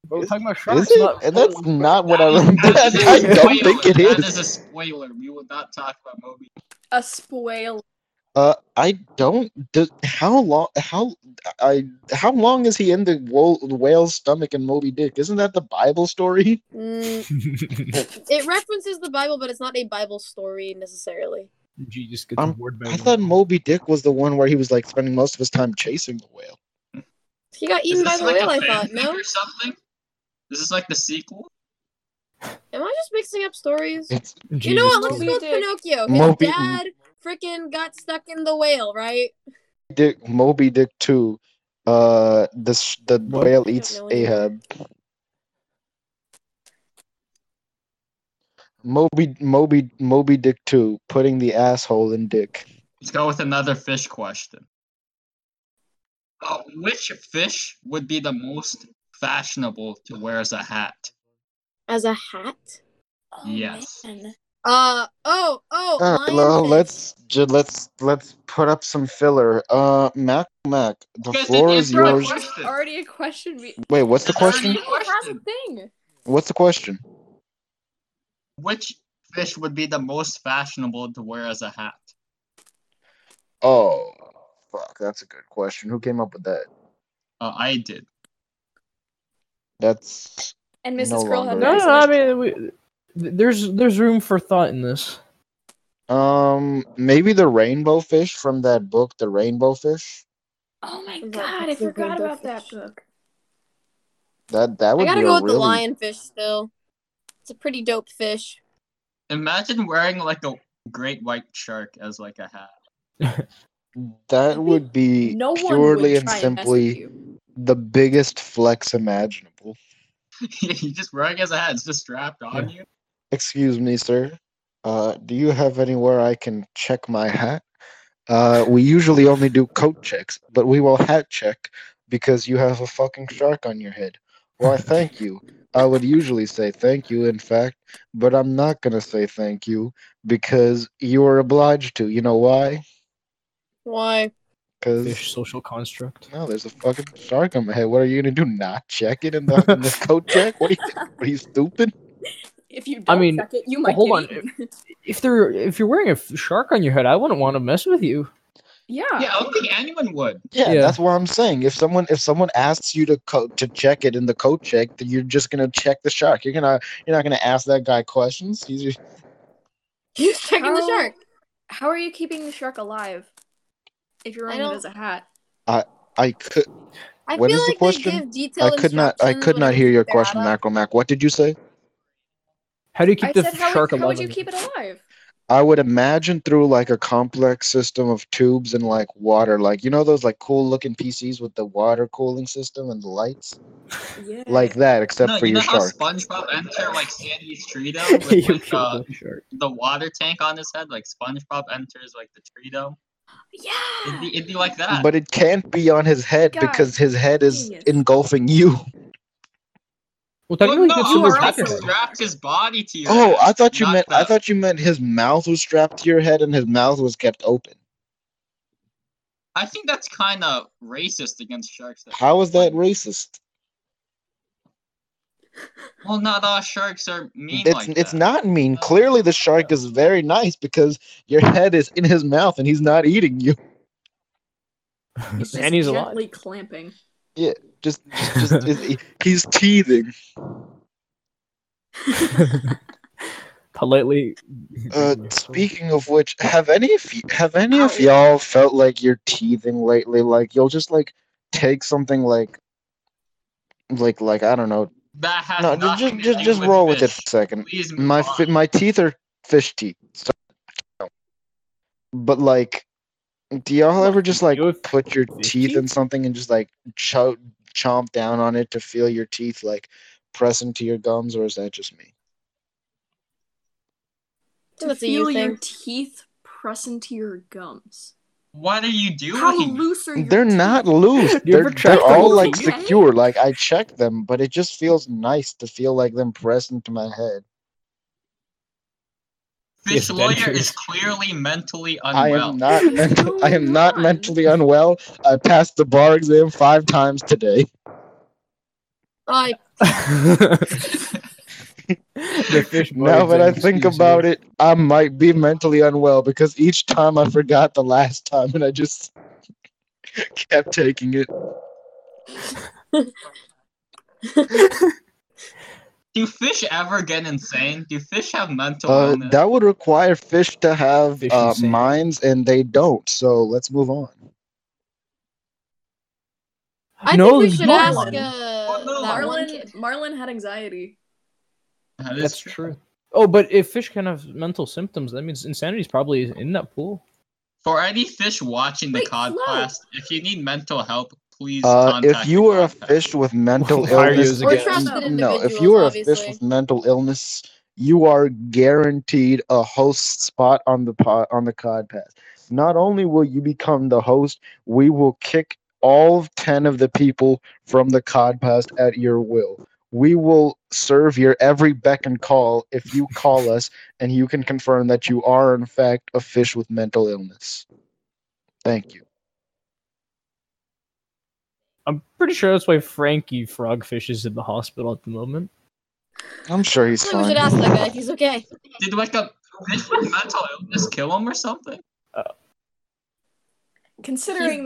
Speaker 4: But we're
Speaker 2: Is-
Speaker 4: talking about
Speaker 2: Is
Speaker 4: sharks.
Speaker 2: it?
Speaker 4: not-
Speaker 2: And that's not what I
Speaker 1: That
Speaker 2: remember.
Speaker 1: is- that is a
Speaker 2: I don't
Speaker 1: spoiler.
Speaker 2: think it
Speaker 1: That is
Speaker 2: is.
Speaker 1: a spoiler. We will not talk about Moby.
Speaker 6: a spoil.
Speaker 2: Uh, I don't. Do, how long? How I? How long is he in the wo- whale's stomach in Moby Dick? Isn't that the Bible story?
Speaker 3: Mm, it references the Bible, but it's not a Bible story necessarily.
Speaker 4: You just get
Speaker 2: I'm-
Speaker 4: bored by
Speaker 2: Um, I
Speaker 4: the-
Speaker 2: thought Moby Dick was the one where he was like spending most of his time chasing the whale.
Speaker 3: He got
Speaker 1: Is
Speaker 3: eaten by
Speaker 1: this
Speaker 3: the
Speaker 1: like
Speaker 3: whale.
Speaker 1: a
Speaker 3: I
Speaker 1: fanfic
Speaker 3: thought. No,
Speaker 1: or something? This is like the sequel.
Speaker 3: am I just mixing up stories?
Speaker 2: It's
Speaker 4: Jesus
Speaker 3: You know what? Let's
Speaker 4: Christ.
Speaker 3: go with
Speaker 6: Moby Dick.
Speaker 3: Pinocchio. His
Speaker 2: Moby-
Speaker 3: dad freaking got stuck in the whale, right?
Speaker 2: Dick Moby Dick two. Uh, this the
Speaker 4: What?
Speaker 2: whale
Speaker 3: I have
Speaker 2: eats
Speaker 3: no idea.
Speaker 2: Ahab. Moby Moby Moby Dick two, putting the asshole in dick.
Speaker 1: Let's go with another fish question. Uh, which fish would be the most fashionable to wear as a hat?
Speaker 3: As a hat?
Speaker 6: Oh,
Speaker 1: Yes.
Speaker 6: man.
Speaker 3: Uh oh oh.
Speaker 2: All right, Uh, well,
Speaker 3: lionfish.
Speaker 2: let's ju- let's let's put up some filler. Uh, Mac Mac, the
Speaker 1: Guys,
Speaker 2: floor
Speaker 1: did you
Speaker 2: is
Speaker 1: throw a
Speaker 2: yours.
Speaker 1: question?
Speaker 6: Already a question. We-
Speaker 2: Wait, what's the
Speaker 1: It's already-
Speaker 2: question?
Speaker 6: Everyone has a thing.
Speaker 2: What's the question?
Speaker 1: Which fish would be the most fashionable to wear as a hat?
Speaker 2: Oh, fuck, that's a good question. Who came up with that?
Speaker 1: Uh, I did.
Speaker 2: That's
Speaker 6: And
Speaker 2: No
Speaker 6: Mrs. Krill
Speaker 2: longer.
Speaker 6: had
Speaker 4: No, no,
Speaker 6: nice
Speaker 4: no, I
Speaker 6: lips.
Speaker 4: mean, we, th- there's there's room for thought in this.
Speaker 2: um maybe the rainbow fish from that book, the rainbow fish.
Speaker 6: Oh my
Speaker 3: Right,
Speaker 6: god, I
Speaker 3: it's the
Speaker 6: forgot
Speaker 3: rainbow
Speaker 6: about that
Speaker 3: fish.
Speaker 6: book.
Speaker 2: That that would
Speaker 3: I gotta
Speaker 2: be
Speaker 3: go
Speaker 2: a
Speaker 3: with
Speaker 2: really
Speaker 3: the lionfish still. It's a pretty dope fish.
Speaker 1: Imagine wearing like a great white shark as like a hat.
Speaker 2: that
Speaker 6: I mean,
Speaker 2: would be
Speaker 6: No one
Speaker 2: purely
Speaker 6: would
Speaker 2: and
Speaker 6: try and mess with
Speaker 2: simply
Speaker 6: you.
Speaker 2: the biggest flex imaginable.
Speaker 1: you just wearing it as a hat. It's just strapped on you.
Speaker 2: Excuse me, sir. Uh, do you have anywhere I can check my hat? Uh, we usually only do coat checks, but we will hat check because you have a fucking shark on your head. Why, thank you. I would usually say thank you, in fact, but I'm not gonna say thank you because you are obliged to. You know why?
Speaker 3: Why?
Speaker 2: Because
Speaker 4: Fish social construct.
Speaker 2: no, there's a fucking shark on my head. What are you gonna do? Not check it in the, in the coat check? What are you? What are you stupid?
Speaker 6: If you
Speaker 4: I
Speaker 6: don't
Speaker 4: mean,
Speaker 6: check it, you might
Speaker 4: hold
Speaker 6: get
Speaker 4: on.
Speaker 6: eaten.
Speaker 4: If they're if you're wearing a f- shark on your head, I wouldn't want to mess with you.
Speaker 6: yeah.
Speaker 1: Yeah, I don't think anyone would.
Speaker 2: Yeah,
Speaker 4: Yeah.
Speaker 2: that's what I'm saying. If someone if someone asks you to co- to check it in the coat check, then you're just gonna check the shark. You're gonna you're not gonna ask that guy questions. He's just,
Speaker 3: He's checking the
Speaker 6: How-
Speaker 3: shark.
Speaker 6: How are you keeping the shark alive? If you're
Speaker 3: I
Speaker 6: wearing it
Speaker 3: don't-
Speaker 6: as a hat.
Speaker 2: I could
Speaker 3: I
Speaker 2: What
Speaker 3: feel
Speaker 2: is the
Speaker 3: like
Speaker 2: question?
Speaker 3: they give
Speaker 2: I
Speaker 3: detailed
Speaker 2: could not I
Speaker 3: instructions
Speaker 2: could
Speaker 3: when
Speaker 2: not
Speaker 3: it
Speaker 2: hear
Speaker 3: was
Speaker 2: your
Speaker 3: their
Speaker 2: question,
Speaker 3: ad up.
Speaker 2: Macro Mac. What did you say?
Speaker 4: How do you keep
Speaker 6: I
Speaker 4: the
Speaker 6: said, how,
Speaker 4: shark
Speaker 6: would, how
Speaker 4: alive?
Speaker 6: would you
Speaker 4: on
Speaker 6: keep it alive?
Speaker 2: I would imagine through like a complex system of tubes and like water, like you know those like cool looking PCs with the water cooling system and the lights,
Speaker 6: Mm-hmm. Yeah.
Speaker 2: like that, except
Speaker 1: no,
Speaker 2: for
Speaker 1: you
Speaker 2: your
Speaker 1: know how
Speaker 2: shark.
Speaker 1: SpongeBob entered like Sandy's tree dome
Speaker 4: your-
Speaker 1: with
Speaker 4: you
Speaker 1: like, uh,
Speaker 4: killed the shark.
Speaker 1: the water tank on his head? Like SpongeBob enters like the tree dome. It'd
Speaker 6: Yeah.
Speaker 1: be, it'd be like that.
Speaker 2: But it can't be on his head
Speaker 6: Guys,
Speaker 2: because his head is
Speaker 6: genius.
Speaker 2: engulfing you.
Speaker 4: Well,
Speaker 1: Well,
Speaker 4: technically,
Speaker 1: no,
Speaker 4: that's
Speaker 1: you
Speaker 4: what
Speaker 1: were
Speaker 4: happened.
Speaker 1: also strapped his body to your
Speaker 2: Oh,
Speaker 1: head,
Speaker 2: I thought you
Speaker 1: not
Speaker 2: meant I
Speaker 1: the-
Speaker 2: thought you meant his mouth was strapped to your head and his mouth was kept open.
Speaker 1: I think that's kind of racist against sharks. That
Speaker 2: How is that racist?
Speaker 1: Well, not all sharks are mean
Speaker 2: It's
Speaker 1: like
Speaker 2: it's
Speaker 1: that. Uh,
Speaker 2: not mean. Clearly the shark is very nice because your head is in his mouth and he's not eating you.
Speaker 6: It's just
Speaker 4: and he's alive.
Speaker 6: gently clamping.
Speaker 2: Just just, just it- he's teething.
Speaker 4: Politely.
Speaker 2: Uh, speaking of which, have any of y- have any of
Speaker 6: Ow.
Speaker 2: y'all felt like you're teething lately? Like you'll just like take something like like like I don't know.
Speaker 1: That has
Speaker 2: No, just
Speaker 1: nothing
Speaker 2: just
Speaker 1: to
Speaker 2: just,
Speaker 1: do
Speaker 2: just roll with it
Speaker 1: fish.
Speaker 2: for a second.
Speaker 1: Please move
Speaker 2: my
Speaker 1: on.
Speaker 2: fi- my teeth are fish teeth. So, but like, do y'all ever just like
Speaker 4: You have
Speaker 2: put your
Speaker 4: fish
Speaker 2: teeth, in
Speaker 4: teeth?
Speaker 2: something and just like cho- chomp down on it to feel your teeth like press into your gums, or is that just me?
Speaker 6: To
Speaker 3: That's a you
Speaker 6: feel your
Speaker 3: thing.
Speaker 6: teeth press into your gums.
Speaker 1: What are you doing?
Speaker 6: How loose are your
Speaker 2: They're
Speaker 6: teeth?
Speaker 2: not loose.
Speaker 4: You
Speaker 2: They're
Speaker 4: ever
Speaker 2: they're
Speaker 4: tried
Speaker 2: all
Speaker 6: to
Speaker 2: like
Speaker 6: teeth?
Speaker 2: secure. Like I check them, but it just feels nice to feel like them press into my head.
Speaker 1: Fish
Speaker 4: Yes,
Speaker 1: lawyer
Speaker 4: dentures.
Speaker 1: is clearly mentally
Speaker 2: I
Speaker 1: unwell.
Speaker 2: am not
Speaker 6: Oh
Speaker 2: mental, I am not
Speaker 6: on?
Speaker 2: mentally unwell. I passed the bar exam five times today.
Speaker 3: I
Speaker 4: the fish.
Speaker 2: Now that I think about it, I might be mentally unwell because each time I forgot the last time and I just kept taking it.
Speaker 1: Do fish ever get insane? Do fish have mental
Speaker 2: Uh,
Speaker 1: illness?
Speaker 2: that would require fish to have
Speaker 4: Fish
Speaker 2: uh,
Speaker 4: insane.
Speaker 2: minds, and they don't. So let's move on.
Speaker 3: I
Speaker 4: No,
Speaker 3: think we
Speaker 4: there's
Speaker 3: should
Speaker 4: no
Speaker 3: ask
Speaker 4: one.
Speaker 3: uh,
Speaker 1: Oh, no.
Speaker 3: that one
Speaker 6: Marlon,
Speaker 3: kid.
Speaker 6: Marlon had anxiety.
Speaker 1: That is
Speaker 4: That's true. Oh, but if fish can have mental symptoms, that means insanity's probably in that pool.
Speaker 1: For any fish watching the
Speaker 6: Wait,
Speaker 1: COD
Speaker 6: Flo.
Speaker 1: class, if you need mental help, please
Speaker 2: Uh,
Speaker 1: contact.
Speaker 2: if you
Speaker 1: the
Speaker 2: were a
Speaker 1: contact.
Speaker 2: fish with mental
Speaker 4: Why are you
Speaker 2: illness,
Speaker 4: using
Speaker 3: Or
Speaker 4: it?
Speaker 3: trusted
Speaker 2: no. If you
Speaker 3: individuals,
Speaker 2: were a fish
Speaker 3: obviously.
Speaker 2: with mental illness, you are guaranteed a host spot on the pod, on the podcast. Not only will you become the host, we will kick all 10 of the people from the podcast at your will. We will serve your every beck and call if you call us and you can confirm that you are, in fact, a fish with mental illness. Thank you.
Speaker 4: I'm pretty sure that's why Frankie Frogfish is in the hospital at the moment.
Speaker 2: I'm sure he's
Speaker 3: Actually, we
Speaker 2: fine.
Speaker 3: should ask that guy if he's okay.
Speaker 1: Did like a fish with mental illness kill him or something?
Speaker 6: Considering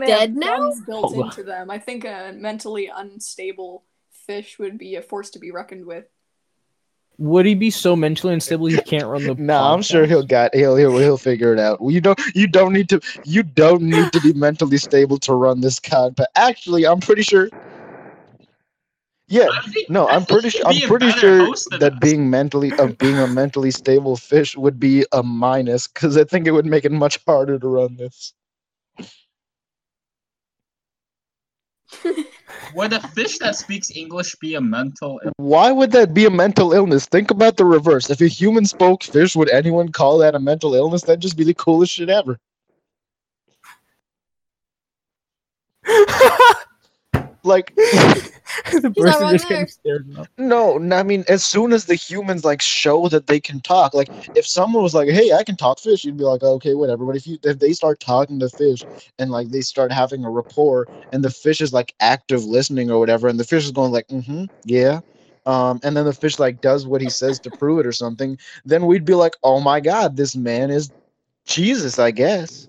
Speaker 3: He's
Speaker 6: they
Speaker 3: dead
Speaker 6: have
Speaker 3: now?
Speaker 6: guns built
Speaker 4: Hold on.
Speaker 6: into them, I think a mentally unstable fish would be a force to be reckoned with.
Speaker 4: Would he be so mentally unstable he can't run the?
Speaker 2: No, I'm sure
Speaker 4: podcast?
Speaker 2: he'll got he'll he'll he'll figure it out. You don't you don't need to you don't need to be mentally stable to run this podcast. Actually, I'm pretty sure. Yeah,
Speaker 1: I think-
Speaker 2: no,
Speaker 1: I
Speaker 2: I'm
Speaker 1: think
Speaker 2: pretty
Speaker 1: he'd
Speaker 2: sure I'm
Speaker 1: be a
Speaker 2: pretty
Speaker 1: better
Speaker 2: sure
Speaker 1: host than
Speaker 2: that
Speaker 1: us.
Speaker 2: being mentally of being a mentally stable fish would be a minus because I think it would make it much harder to run this.
Speaker 1: Would a fish that speaks English be a mental illness?
Speaker 2: Why would that be a mental illness? Think about the reverse. If a human spoke fish, would anyone call that a mental illness? That'd just be the coolest shit ever. Like
Speaker 4: the
Speaker 3: He's not
Speaker 4: person
Speaker 3: wrong
Speaker 4: just
Speaker 3: there.
Speaker 4: getting stared at.
Speaker 2: No, n- I mean, as soon as the humans like show that they can talk, like if someone was like, "Hey, I can talk fish," you'd be like, "Okay, whatever." But if you if they start talking to fish and like they start having a rapport, and the fish is like active listening or whatever, and the fish is going like, "Mm-hmm, yeah," um, and then the fish like does what he says to prove it or something, then we'd be like, "Oh my god, this man is Jesus, I guess,"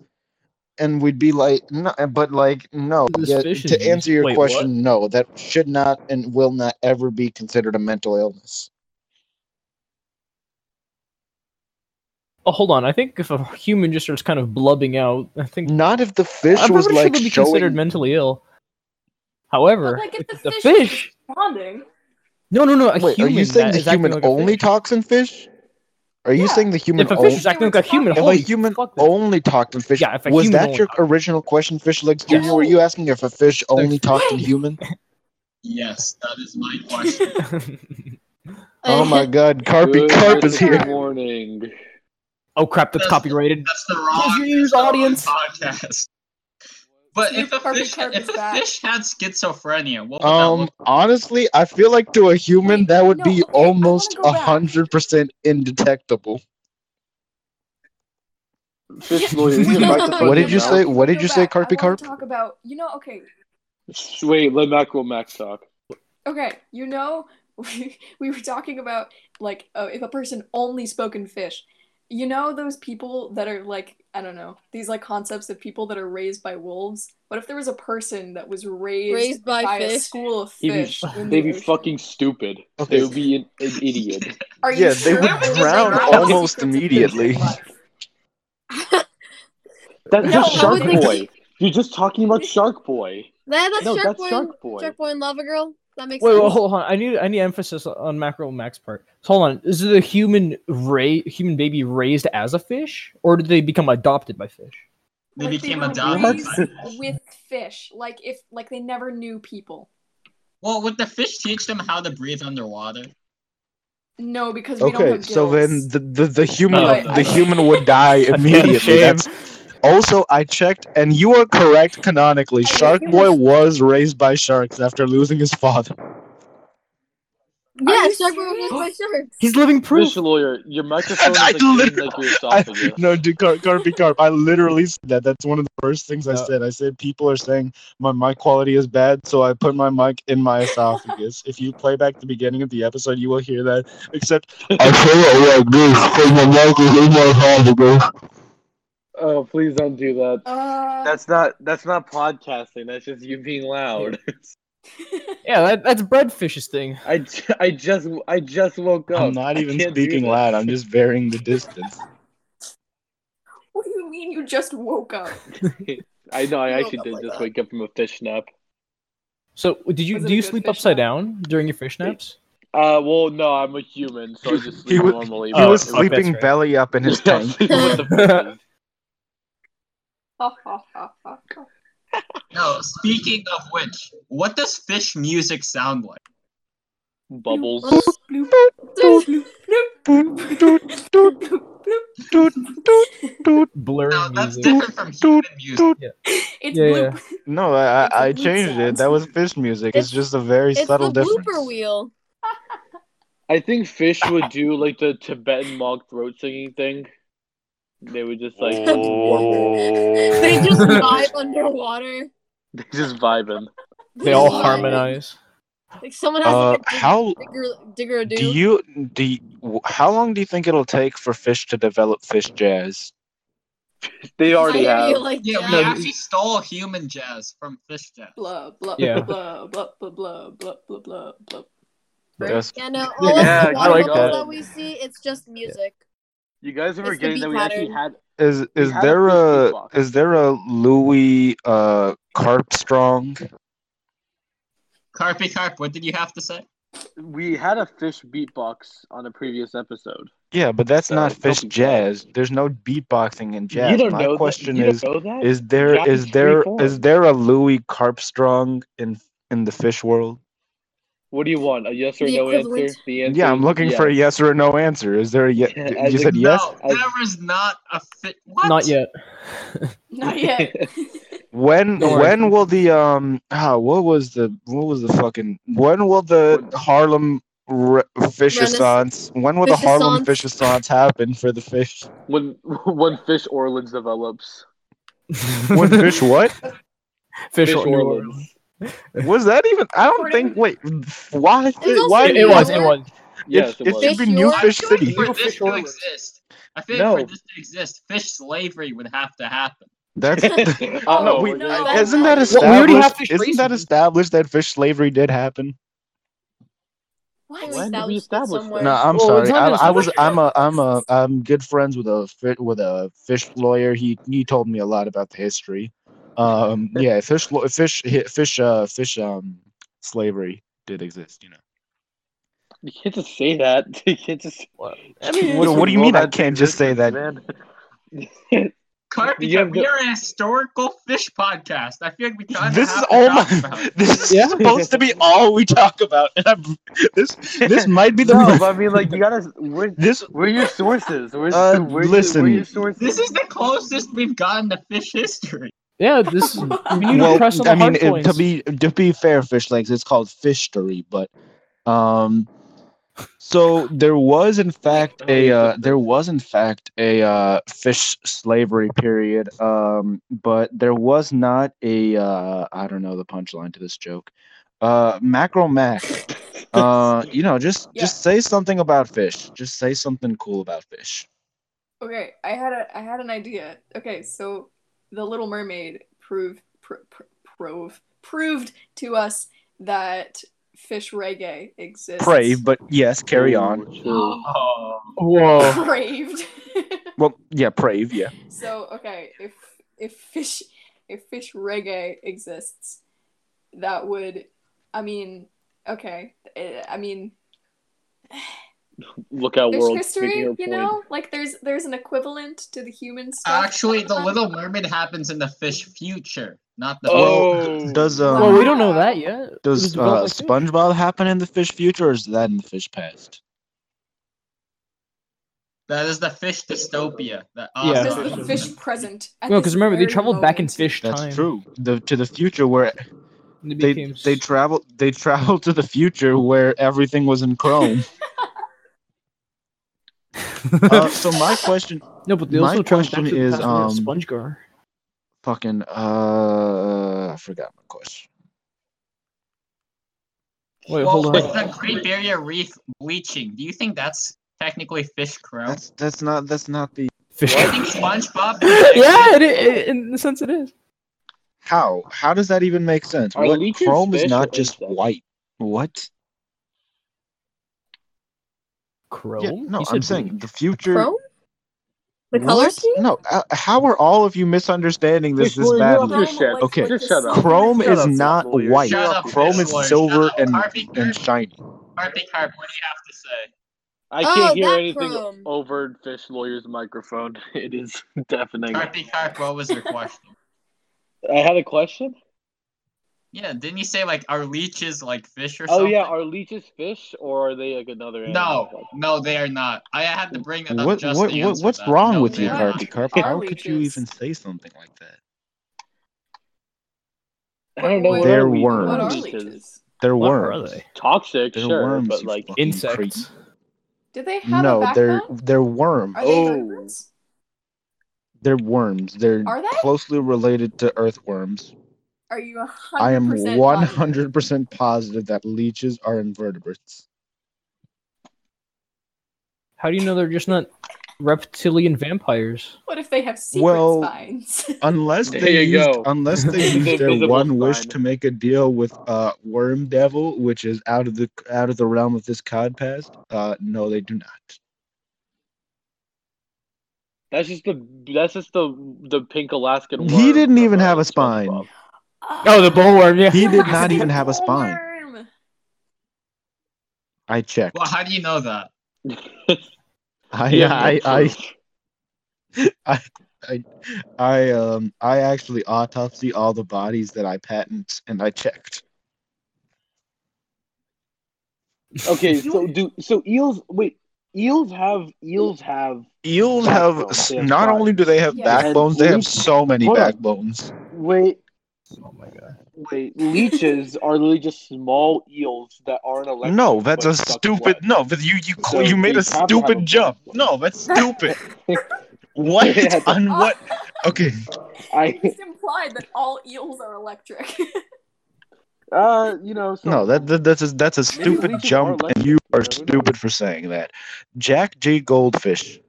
Speaker 2: and we'd be like, "No," but like, no.
Speaker 4: This
Speaker 2: yeah,
Speaker 4: fish is
Speaker 2: to
Speaker 4: Jesus.
Speaker 2: answer your
Speaker 4: Wait, what?
Speaker 2: question, no, that should not and will not ever be considered a mental illness.
Speaker 4: Oh, hold on. I think if a human just starts kind of blubbing out, I think
Speaker 2: Not if the Mm, fish
Speaker 4: I'm
Speaker 2: was
Speaker 4: pretty sure
Speaker 2: like
Speaker 4: they'd be
Speaker 2: showing.
Speaker 4: considered mentally ill. However,
Speaker 6: But, like, if
Speaker 4: if
Speaker 6: the
Speaker 4: the fish,
Speaker 6: fish is- Bonding.
Speaker 4: no, no, no, a
Speaker 2: Wait, are
Speaker 4: human
Speaker 2: you saying
Speaker 4: that
Speaker 2: the
Speaker 4: is acting
Speaker 2: human
Speaker 4: like a
Speaker 2: only
Speaker 4: fish.
Speaker 2: talks in fish? Are you
Speaker 6: Yeah.
Speaker 2: saying the human?
Speaker 4: If a
Speaker 2: only-
Speaker 4: fish is acting like a
Speaker 6: If
Speaker 4: human,
Speaker 6: a
Speaker 2: if a
Speaker 4: holy
Speaker 2: human
Speaker 4: fuck, that-
Speaker 2: only talked in fish,
Speaker 4: Yeah, if a
Speaker 2: was
Speaker 4: human
Speaker 2: that
Speaker 4: only
Speaker 2: your
Speaker 4: talked.
Speaker 2: original question, Fish Legs Jr.?
Speaker 6: Yes.
Speaker 2: Were you asking if a fish only talked in
Speaker 6: Wait.
Speaker 2: human?
Speaker 1: Yes, that is my question.
Speaker 2: Oh my God, Carpy
Speaker 7: Good
Speaker 2: Carp is here.
Speaker 7: Morning.
Speaker 4: oh crap, that's
Speaker 1: That's-
Speaker 4: copyrighted.
Speaker 1: That's the wrong
Speaker 4: Close your ears,
Speaker 1: that's the wrong
Speaker 4: audience.
Speaker 1: podcast. But if a
Speaker 6: Carpy
Speaker 1: fish
Speaker 6: Carp
Speaker 1: if
Speaker 6: is
Speaker 1: a
Speaker 6: back.
Speaker 1: fish had schizophrenia, what would that
Speaker 2: Um,
Speaker 1: look
Speaker 2: honestly, I feel like to a human
Speaker 6: Wait,
Speaker 2: that would
Speaker 6: no,
Speaker 2: be
Speaker 6: okay, I wanna
Speaker 2: almost
Speaker 6: go
Speaker 2: a
Speaker 6: back.
Speaker 2: hundred percent indetectable.
Speaker 7: Fish lawyer, you get back to
Speaker 2: What
Speaker 3: What
Speaker 7: fucking
Speaker 2: did you
Speaker 7: now.
Speaker 2: say?
Speaker 6: No,
Speaker 2: What did
Speaker 6: go
Speaker 2: you say,
Speaker 6: back. I
Speaker 2: Carpy
Speaker 6: want
Speaker 2: Carp?
Speaker 6: to talk about you know. Okay,
Speaker 7: Shh, Wait, let Macro Mac talk.
Speaker 6: okay, you know, we, we were talking about like uh, if a person only spoke in fish. You know those people that are like I don't know these like concepts of people that are raised by wolves. What if there was a person that was raised,
Speaker 3: Raised by
Speaker 6: a
Speaker 3: fish.
Speaker 6: school of
Speaker 7: He'd be-
Speaker 6: fish? in the
Speaker 7: They'd be
Speaker 6: ocean?
Speaker 7: fucking stupid.
Speaker 2: Okay.
Speaker 7: They would be an, an idiot.
Speaker 6: Are you
Speaker 2: Yeah, they would
Speaker 6: sure? Because
Speaker 1: drown
Speaker 6: I know
Speaker 2: almost
Speaker 6: secrets of fish
Speaker 2: immediately.
Speaker 6: life.
Speaker 7: That's
Speaker 3: No,
Speaker 7: just
Speaker 3: I would
Speaker 7: Shark
Speaker 3: think-
Speaker 7: Boy. You're just talking about Shark Boy.
Speaker 3: That, that's
Speaker 7: No,
Speaker 3: Shark
Speaker 7: that's
Speaker 3: Boy.
Speaker 7: Shark
Speaker 3: and-
Speaker 7: Boy.
Speaker 3: Shark Boy and Lava Girl. That makes
Speaker 4: Wait,
Speaker 3: sense.
Speaker 4: wait, hold on. I need I need emphasis on macro max part. So hold on. Is it a human ra- human baby raised as a fish, or did they become adopted by fish?
Speaker 1: They
Speaker 6: Like,
Speaker 1: became
Speaker 6: were
Speaker 1: adopted.
Speaker 7: What?
Speaker 6: raised with fish. Like if like they never knew people.
Speaker 1: Well, would the fish teach them how to breathe underwater?
Speaker 6: No, because we don't
Speaker 2: Okay,
Speaker 6: have
Speaker 2: so then
Speaker 6: gills.
Speaker 2: the, the, the human
Speaker 4: Oh,
Speaker 2: the
Speaker 6: okay.
Speaker 2: human would die immediately. That's also I checked and you are correct canonically.
Speaker 6: Okay,
Speaker 2: Shark
Speaker 6: here's-
Speaker 2: Boy was raised by sharks after losing his father.
Speaker 3: Yeah,
Speaker 6: Are you
Speaker 3: Shark Boy was
Speaker 6: serious?
Speaker 3: by sharks.
Speaker 4: He's living proof.
Speaker 7: Fish lawyer, your microphone
Speaker 2: I
Speaker 7: is like,
Speaker 2: literally-
Speaker 7: in, like your
Speaker 2: I,
Speaker 7: esophagus.
Speaker 2: no, dude, Car- Carpy Carp. I literally said that. That's one of the first things I
Speaker 4: No.
Speaker 2: said. I said people are saying my mic quality is bad, so I put my mic in my esophagus. if you play back the beginning of the episode, you will hear that. Except I feel like this because my mic is in my esophagus.
Speaker 7: Oh, please don't do that.
Speaker 6: Uh,
Speaker 7: That's not that's not podcasting. That's just you being loud.
Speaker 4: Yeah, that, that's breadfish's thing.
Speaker 7: I, ju- I just I just woke up.
Speaker 2: I'm not
Speaker 7: I
Speaker 2: even
Speaker 7: can't do
Speaker 2: speaking
Speaker 7: this.
Speaker 2: loud. I'm just varying the distance.
Speaker 6: what do you mean you just woke up?
Speaker 7: I know. I
Speaker 3: You woke
Speaker 7: actually
Speaker 3: up
Speaker 7: did
Speaker 3: like
Speaker 7: just
Speaker 3: that.
Speaker 7: wake up from a fish nap.
Speaker 4: So, did you
Speaker 6: Was it
Speaker 4: do
Speaker 6: a
Speaker 4: you
Speaker 6: good
Speaker 4: sleep
Speaker 6: fish
Speaker 4: upside
Speaker 6: nap?
Speaker 4: down during your fish naps?
Speaker 7: Uh, well, no, I'm a human, so I just
Speaker 2: He
Speaker 7: sleep
Speaker 2: was-
Speaker 7: normally.
Speaker 2: He
Speaker 4: Oh,
Speaker 2: was
Speaker 4: okay, that's
Speaker 2: sleeping
Speaker 4: right.
Speaker 2: belly up in his
Speaker 7: Yeah,
Speaker 2: tank.
Speaker 7: sleep with the fishes.
Speaker 6: Ha, ha, ha, ha, ha.
Speaker 1: No, speaking of which, what does fish music sound like?
Speaker 7: Bubbles.
Speaker 4: Blur
Speaker 1: No, that's
Speaker 4: music.
Speaker 1: different from human music.
Speaker 6: It's
Speaker 4: Yeah,
Speaker 6: blue.
Speaker 2: No, I
Speaker 6: It's a
Speaker 2: I, I
Speaker 6: blue
Speaker 2: changed it.
Speaker 6: sound.
Speaker 2: That was fish music. It's,
Speaker 3: It's-
Speaker 2: just a very
Speaker 3: It's
Speaker 2: subtle
Speaker 3: the
Speaker 2: difference.
Speaker 3: blooper wheel.
Speaker 7: I think fish would do like the Tibetan monk throat singing thing. They would just like
Speaker 3: They just dive underwater.
Speaker 7: they just vibing.
Speaker 4: They all
Speaker 3: Like,
Speaker 4: harmonize.
Speaker 3: Like someone has
Speaker 2: Uh,
Speaker 3: like a dig-
Speaker 2: how
Speaker 3: digger, digger
Speaker 2: do you do? You, w- how long do you think it'll take for fish to develop fish jazz?
Speaker 7: They already
Speaker 3: I hear
Speaker 7: have.
Speaker 3: you like
Speaker 1: Yeah, we
Speaker 4: No,
Speaker 3: jazz.
Speaker 1: actually stole human jazz from fish jazz.
Speaker 6: Blah blah
Speaker 4: Yeah.
Speaker 6: blah blah blah blah blah blah blah blah.
Speaker 2: Yes.
Speaker 3: Yeah, no, all
Speaker 7: Yeah,
Speaker 3: of the
Speaker 4: I
Speaker 3: water
Speaker 4: like
Speaker 3: bubbles
Speaker 4: that.
Speaker 3: that we see, it's just music.
Speaker 7: You guys are
Speaker 3: It's the
Speaker 7: forgetting
Speaker 3: beat
Speaker 7: that we actually had.
Speaker 2: Is
Speaker 7: We
Speaker 2: is
Speaker 7: had a
Speaker 2: there
Speaker 7: fish
Speaker 2: a
Speaker 7: jukebox.
Speaker 2: is there a Louis uh Carpstrong?
Speaker 1: Carpy Carp, what did you have to say?
Speaker 7: We had a fish beatbox on a previous episode.
Speaker 2: Yeah, but that's
Speaker 7: Uh,
Speaker 2: not fish
Speaker 7: Carpstrong.
Speaker 2: jazz. There's no beatboxing in jazz.
Speaker 7: you don't
Speaker 2: My
Speaker 7: know
Speaker 2: question
Speaker 7: that. You
Speaker 2: is:
Speaker 7: don't know that?
Speaker 2: is there
Speaker 7: Jazz
Speaker 2: is
Speaker 7: is
Speaker 2: there
Speaker 7: free
Speaker 2: is
Speaker 7: form.
Speaker 2: there a Louis Carpstrong in in the fish world?
Speaker 7: What do you want? A yes or
Speaker 3: The
Speaker 7: no
Speaker 3: equivalent.
Speaker 7: answer? The answer.
Speaker 2: Yeah, I'm
Speaker 7: is
Speaker 2: looking
Speaker 7: yes.
Speaker 2: for a yes or a no answer. Is there a yes?
Speaker 7: Yeah,
Speaker 2: you
Speaker 7: as
Speaker 2: said
Speaker 7: a-
Speaker 2: yes.
Speaker 1: No, there is not a fit. What?
Speaker 4: Not yet.
Speaker 6: Not yet.
Speaker 2: When
Speaker 4: Don't worry.
Speaker 2: when will the um ah, what was the what was the fucking when will the
Speaker 7: What-
Speaker 2: Harlem re- Fishissance when will the Harlem
Speaker 3: Fishissance.
Speaker 2: Fishissance happen for the fish?
Speaker 7: When when Fish Orleans develops.
Speaker 2: When fish what?
Speaker 4: Fish,
Speaker 7: Fish
Speaker 4: or New Orleans.
Speaker 7: Orleans.
Speaker 2: Was that even? I don't think. Wait, why? is
Speaker 3: It was
Speaker 2: why?
Speaker 3: also
Speaker 4: It, it was. It was.
Speaker 7: Yes,
Speaker 2: it,
Speaker 7: it
Speaker 2: it
Speaker 7: was.
Speaker 2: should be
Speaker 3: Fish
Speaker 2: New
Speaker 3: York?
Speaker 1: I
Speaker 2: Fish
Speaker 1: feel like
Speaker 2: City.
Speaker 1: for
Speaker 4: New
Speaker 1: this
Speaker 4: fish
Speaker 1: to
Speaker 4: orleans.
Speaker 1: exist, I feel like
Speaker 7: No.
Speaker 1: for this to exist, fish slavery would have to happen.
Speaker 2: That's
Speaker 7: Uh-oh,
Speaker 2: no,
Speaker 6: Oh,
Speaker 2: we,
Speaker 7: we're
Speaker 6: no.
Speaker 7: getting
Speaker 6: I-
Speaker 2: isn't
Speaker 7: somewhere.
Speaker 2: that
Speaker 4: Well, we already have
Speaker 2: established?
Speaker 4: fish
Speaker 2: Isn't that
Speaker 4: raisins.
Speaker 2: established that fish slavery did happen?
Speaker 3: Why
Speaker 7: When did
Speaker 3: established
Speaker 7: we
Speaker 3: it
Speaker 7: establish
Speaker 3: somewhere?
Speaker 2: No, I'm
Speaker 4: Well,
Speaker 2: sorry.
Speaker 4: it's
Speaker 2: I,
Speaker 4: not
Speaker 2: I was. I'm
Speaker 4: necessarily-
Speaker 2: a. I'm a. I'm good friends with a fi- with a fish lawyer. He he told me a lot about the history. Um. Yeah. Fish. law- Fish. hi- Fish. Uh. Fish. Um. Slavery did exist. You know.
Speaker 7: You can't just say that. You can't just.
Speaker 4: I mean,
Speaker 2: What,
Speaker 4: it's-
Speaker 2: what do you mean? I
Speaker 7: Well,
Speaker 2: can't just say that.
Speaker 7: Man.
Speaker 1: Carpy
Speaker 7: You have
Speaker 1: Carp,
Speaker 7: no-
Speaker 1: we are a historical fish podcast. I feel like we kind
Speaker 2: This
Speaker 1: of
Speaker 2: is
Speaker 1: have
Speaker 2: all
Speaker 1: to talk about
Speaker 2: my.
Speaker 1: it.
Speaker 2: This is
Speaker 4: Yeah.
Speaker 2: supposed to be all we talk about, and I'm, this this might be the.
Speaker 7: no, but I mean, like, you gotta. Where,
Speaker 2: This
Speaker 7: where are your sources? Where's,
Speaker 2: Uh,
Speaker 7: where's
Speaker 2: listen.
Speaker 7: Your, where are your sources?
Speaker 1: This is the closest we've gotten to fish history.
Speaker 4: yeah. This we need to
Speaker 2: well,
Speaker 4: press on the
Speaker 2: I mean,
Speaker 4: hard
Speaker 2: it,
Speaker 4: points.
Speaker 2: to be to be fair, fish legs. It's called fishery, but um, so there was in fact
Speaker 7: Oh,
Speaker 2: a
Speaker 7: yes,
Speaker 2: uh,
Speaker 7: yes,
Speaker 2: there was in fact a uh, fish slavery period. Um, but there was not a uh, I don't know the punchline to this joke. Uh, macro mac. Uh, you know, just
Speaker 6: Yeah.
Speaker 2: just say something about fish. Just say something cool about fish.
Speaker 6: Okay, I had a I had an idea. Okay, so the Little Mermaid prove pr- pr- prove proved to us that fish reggae exists.
Speaker 2: Brave, but yes, carry on.
Speaker 7: Ooh, true.
Speaker 1: Oh,
Speaker 4: Whoa.
Speaker 6: Braved.
Speaker 2: Well, yeah, brave, yeah.
Speaker 6: so okay, if if fish if fish reggae exists, that would I mean okay, eh, I mean
Speaker 7: Look out,
Speaker 6: fish
Speaker 7: world. making
Speaker 6: history,
Speaker 7: her
Speaker 6: you
Speaker 7: point.
Speaker 6: know? Like there's there's an equivalent to the human stuff.
Speaker 1: actually, the
Speaker 6: Um,
Speaker 1: Little Mermaid happens in the fish future, not the.
Speaker 7: Oh.
Speaker 2: Does um
Speaker 4: Well, we don't know that yet. It was
Speaker 2: Does
Speaker 4: developed
Speaker 2: uh,
Speaker 4: like fish.
Speaker 2: SpongeBob happen in the fish future, or is that in the fish past?
Speaker 1: That is the fish dystopia. That uh,
Speaker 4: Yeah.
Speaker 6: Does
Speaker 1: Oz-
Speaker 6: the fish present? at
Speaker 4: No,
Speaker 6: this
Speaker 4: because remember they
Speaker 6: very
Speaker 4: traveled back in
Speaker 6: moment-
Speaker 4: fish
Speaker 2: That's
Speaker 4: time.
Speaker 2: true. The to the future where
Speaker 4: and They
Speaker 2: they
Speaker 4: became.
Speaker 2: they travel they travel to the future where everything was in Chrome. uh, so my question,
Speaker 4: no, but they
Speaker 2: my
Speaker 4: also traveled back
Speaker 2: question
Speaker 4: to the
Speaker 2: is,
Speaker 4: past when they had
Speaker 2: um,
Speaker 4: SpongeGar.
Speaker 2: fucking uh, I forgot my question.
Speaker 4: Wait,
Speaker 1: well,
Speaker 4: hold
Speaker 1: with
Speaker 4: on.
Speaker 1: the Great Barrier Reef bleaching, do you think that's technically fish crow?
Speaker 2: That's that's not that's not the
Speaker 4: Fish.
Speaker 1: I think SpongeBob.
Speaker 4: yeah, it, it, in the sense it is.
Speaker 2: how how does that even make sense?
Speaker 7: Are
Speaker 2: What
Speaker 7: leeches
Speaker 2: Chrome is
Speaker 7: fish
Speaker 2: not
Speaker 7: or
Speaker 2: just
Speaker 7: insects?
Speaker 2: white. What?
Speaker 4: Chrome.
Speaker 2: Yeah, no,
Speaker 4: He said
Speaker 2: I'm saying the future.
Speaker 3: Chrome? The color
Speaker 2: What?
Speaker 3: scheme?
Speaker 2: No, uh, how are all of you misunderstanding this
Speaker 7: Fish
Speaker 2: this
Speaker 7: lawyer, you're off
Speaker 2: badly?
Speaker 7: your
Speaker 6: Chrome,
Speaker 7: shit.
Speaker 6: like-
Speaker 2: Okay.
Speaker 6: like the
Speaker 7: Just shut up.
Speaker 6: silver-
Speaker 2: Chrome
Speaker 7: Shut
Speaker 2: is
Speaker 7: up,
Speaker 2: not
Speaker 7: lawyer.
Speaker 2: white.
Speaker 7: You're
Speaker 1: Shut
Speaker 7: off
Speaker 1: up,
Speaker 7: your
Speaker 2: uh, Chrome
Speaker 1: fish
Speaker 7: shit.
Speaker 2: is
Speaker 1: lawyer.
Speaker 2: silver
Speaker 1: Shut up,
Speaker 2: and
Speaker 1: Harvey.
Speaker 2: and shiny.
Speaker 1: Harpy Harp, what do you have to say?
Speaker 7: I
Speaker 3: Oh,
Speaker 7: can't hear
Speaker 3: that
Speaker 7: anything
Speaker 3: Chrome.
Speaker 7: over Fish Lawyer's microphone. It is deafening.
Speaker 1: Harpy Harp, what was your question?
Speaker 7: I had a question.
Speaker 1: Yeah, didn't you say like our leeches like fish or
Speaker 7: Oh
Speaker 1: something?
Speaker 7: yeah, are leeches fish or are they like another? animal?
Speaker 1: no, no, they are not. I had to bring that up
Speaker 2: What,
Speaker 1: just
Speaker 2: what,
Speaker 1: to
Speaker 2: what,
Speaker 1: answer
Speaker 2: what's
Speaker 1: that.
Speaker 2: wrong
Speaker 1: No,
Speaker 2: with
Speaker 1: they
Speaker 2: you,
Speaker 1: are
Speaker 6: Carp?
Speaker 2: Carpy?
Speaker 1: not.
Speaker 2: Carpy, how
Speaker 6: Are
Speaker 2: could you
Speaker 6: leeches-
Speaker 2: even say something like that?
Speaker 7: I don't know.
Speaker 6: What-
Speaker 7: what
Speaker 2: They're
Speaker 7: are leeches?
Speaker 2: worms.
Speaker 6: What are
Speaker 7: leeches?
Speaker 6: leeches?
Speaker 2: They're
Speaker 4: What are
Speaker 2: worms.
Speaker 4: they?
Speaker 7: Toxic,
Speaker 2: They're
Speaker 7: sure,
Speaker 2: worms,
Speaker 7: but
Speaker 2: you
Speaker 7: like
Speaker 2: fucking creep.
Speaker 4: Insects.
Speaker 6: Do they have a
Speaker 2: No, they're
Speaker 6: backbone?
Speaker 2: they're worms.
Speaker 6: Are they
Speaker 7: Oh.
Speaker 6: vertebrates?
Speaker 2: They're worms. They're
Speaker 6: Are they?
Speaker 2: closely related to earthworms.
Speaker 6: Are you a hundred?
Speaker 2: I am
Speaker 6: percent
Speaker 2: one
Speaker 6: positive?
Speaker 2: hundred percent positive that leeches are invertebrates.
Speaker 4: How do you know they're just not reptilian vampires?
Speaker 6: What if they have secret
Speaker 2: Well-
Speaker 6: spines?
Speaker 2: Unless
Speaker 7: There
Speaker 2: they
Speaker 7: you
Speaker 2: used,
Speaker 7: go.
Speaker 2: unless they
Speaker 7: It's
Speaker 2: used their
Speaker 7: invisible
Speaker 2: one
Speaker 7: spine.
Speaker 2: wish to make a deal with uh Worm Devil, which is out of the out of the realm of this cod past. Uh, no, they do not.
Speaker 7: That's just the that's just the the pink Alaskan.
Speaker 2: He
Speaker 7: worm
Speaker 2: didn't
Speaker 7: from,
Speaker 2: even
Speaker 7: uh,
Speaker 2: have a spine.
Speaker 7: SpongeBob.
Speaker 4: Oh, the bullworm. Yeah.
Speaker 2: He did
Speaker 6: Yes,
Speaker 2: not
Speaker 6: the
Speaker 2: even have a spine.
Speaker 6: bullworm.
Speaker 2: I checked.
Speaker 1: Well, how do you know that?
Speaker 2: I,
Speaker 7: You have no
Speaker 2: I, I,
Speaker 7: proof.
Speaker 2: I, I, um, I actually autopsy all the bodies that I patent, and I checked.
Speaker 7: Okay, so do so eels. Wait, eels have eels have.
Speaker 2: Eels have
Speaker 7: Backbones,
Speaker 2: s-
Speaker 7: they have
Speaker 2: not
Speaker 7: spines.
Speaker 2: only do they have
Speaker 6: Yes.
Speaker 2: backbones, they have
Speaker 7: leech-
Speaker 2: so many
Speaker 7: hold on.
Speaker 2: backbones.
Speaker 7: Wait,
Speaker 4: Oh my god.
Speaker 7: wait. Leeches are literally just small eels that aren't electric.
Speaker 2: No, that's
Speaker 7: but
Speaker 2: a
Speaker 7: suck
Speaker 2: stupid.
Speaker 7: blood.
Speaker 2: No, but you you
Speaker 7: So
Speaker 2: you made
Speaker 7: they
Speaker 2: a
Speaker 7: have to have a
Speaker 2: stupid jump.
Speaker 7: backbone.
Speaker 2: No, that's stupid. What
Speaker 7: Yeah, that-
Speaker 2: on what? Okay,
Speaker 7: I
Speaker 6: You just Ah, implied that all eels are electric.
Speaker 7: uh, you know, so
Speaker 2: no, that, that that's a, that's a
Speaker 7: Maybe
Speaker 2: stupid
Speaker 7: leeches are
Speaker 2: jump, and
Speaker 7: electric,
Speaker 2: you
Speaker 7: you
Speaker 2: are
Speaker 7: never know.
Speaker 2: stupid for saying that. Jack J. Goldfish.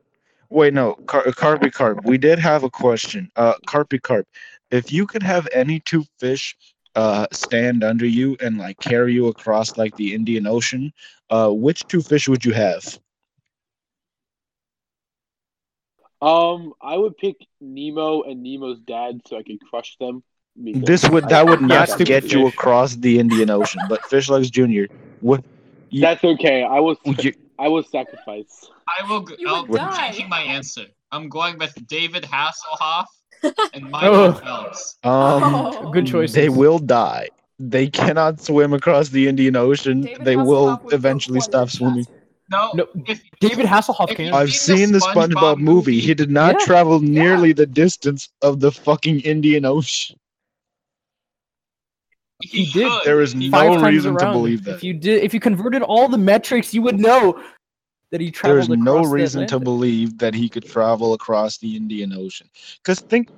Speaker 2: Wait, no, Car- Carpy Carp. We did have a question. Uh, Carpy Carp, if you could have any two fish uh stand under you and like carry you across like the Indian Ocean, uh, which two fish would you have?
Speaker 7: Um, I would pick Nemo and Nemo's dad so I could crush them. because
Speaker 2: This would
Speaker 7: I
Speaker 2: that would
Speaker 7: think
Speaker 4: Yeah,
Speaker 2: not
Speaker 7: that's
Speaker 4: stupid
Speaker 2: get you
Speaker 4: fish.
Speaker 2: across the Indian Ocean. But Fish Legs Jr. What? You,
Speaker 7: That's okay. I will.
Speaker 2: would you,
Speaker 7: I will sacrifice.
Speaker 1: I will. Go,
Speaker 6: You
Speaker 1: I'll
Speaker 6: would
Speaker 1: be
Speaker 6: die.
Speaker 1: changing my answer. I'm going with David Hasselhoff and
Speaker 4: Oh.
Speaker 1: Michael Phelps.
Speaker 2: um,
Speaker 6: Oh.
Speaker 4: Good choices.
Speaker 2: they will die. They cannot swim across the Indian Ocean.
Speaker 6: David
Speaker 2: they will
Speaker 6: Hasselhoff would float
Speaker 2: eventually
Speaker 6: quite a
Speaker 2: stop
Speaker 6: bit
Speaker 2: swimming.
Speaker 6: faster.
Speaker 1: No,
Speaker 4: No,
Speaker 1: if
Speaker 4: David Hasselhoff
Speaker 1: If
Speaker 4: can.
Speaker 1: you-
Speaker 2: I've
Speaker 1: seen the
Speaker 2: seen the
Speaker 1: SpongeBob
Speaker 2: SpongeBob movie.
Speaker 1: movie?
Speaker 2: He did not
Speaker 4: Yeah.
Speaker 2: travel
Speaker 6: Yeah.
Speaker 2: nearly the distance of the fucking Indian Ocean.
Speaker 4: He did.
Speaker 1: could,
Speaker 2: There is
Speaker 1: he
Speaker 2: no
Speaker 4: five
Speaker 1: could.
Speaker 4: times
Speaker 2: reason to
Speaker 4: around.
Speaker 2: believe that.
Speaker 4: If you did, if you converted all the metrics, you would know that he
Speaker 2: There is
Speaker 4: traveled
Speaker 2: no
Speaker 4: across the
Speaker 2: reason to
Speaker 4: Atlantic.
Speaker 2: believe that he could travel across the Indian Ocean. Because think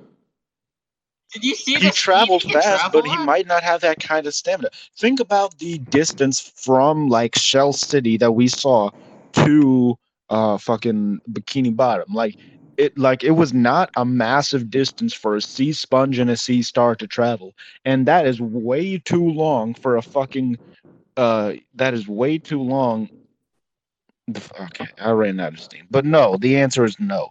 Speaker 1: Did you see
Speaker 2: he
Speaker 1: the speed
Speaker 2: traveled
Speaker 1: he can
Speaker 2: fast,
Speaker 1: travel
Speaker 2: but he
Speaker 1: at?
Speaker 2: might not have that kind of stamina. Think about the distance from like Shell City that we saw to uh fucking Bikini Bottom. Like it like it was not a massive distance for a sea sponge and a sea star to travel. And that is way too long for a fucking uh that is way too long. The f- Okay, I ran out of steam. But no, the answer is no.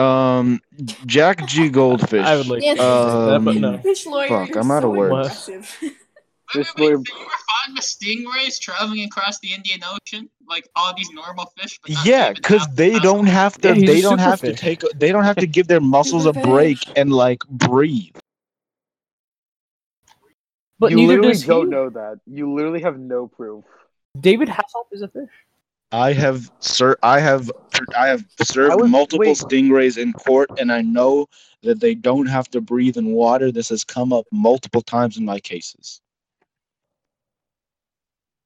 Speaker 2: Um Jack G Goldfish.
Speaker 4: I would like
Speaker 3: The
Speaker 4: to
Speaker 3: answer is
Speaker 4: answer that, but
Speaker 2: Um,
Speaker 4: no.
Speaker 6: Fish lawyer,
Speaker 2: Fuck,
Speaker 6: you're
Speaker 2: I'm out of
Speaker 6: so
Speaker 2: words.
Speaker 6: impressive.
Speaker 1: Wait,
Speaker 7: This
Speaker 1: wait,
Speaker 7: lawyer-
Speaker 1: wait, so you were fond of stingrays traveling across the Indian Ocean, like all these normal fish, but not
Speaker 2: Yeah,
Speaker 1: David
Speaker 2: because they
Speaker 1: Hasselhoff?
Speaker 2: don't have to.
Speaker 4: Yeah, he's a
Speaker 2: they don't have to
Speaker 4: superfish.
Speaker 2: take. They don't have to give their muscles a
Speaker 6: Superfish.
Speaker 2: break and like breathe.
Speaker 4: But
Speaker 7: you
Speaker 4: neither
Speaker 7: literally
Speaker 4: does he.
Speaker 7: don't know that. You literally have no proof.
Speaker 4: David Hasselhoff is a fish.
Speaker 2: I have sir. I have. I have served
Speaker 7: I was-
Speaker 2: multiple
Speaker 7: wait.
Speaker 2: stingrays in court, and I know that they don't have to breathe in water. This has come up multiple times in my cases.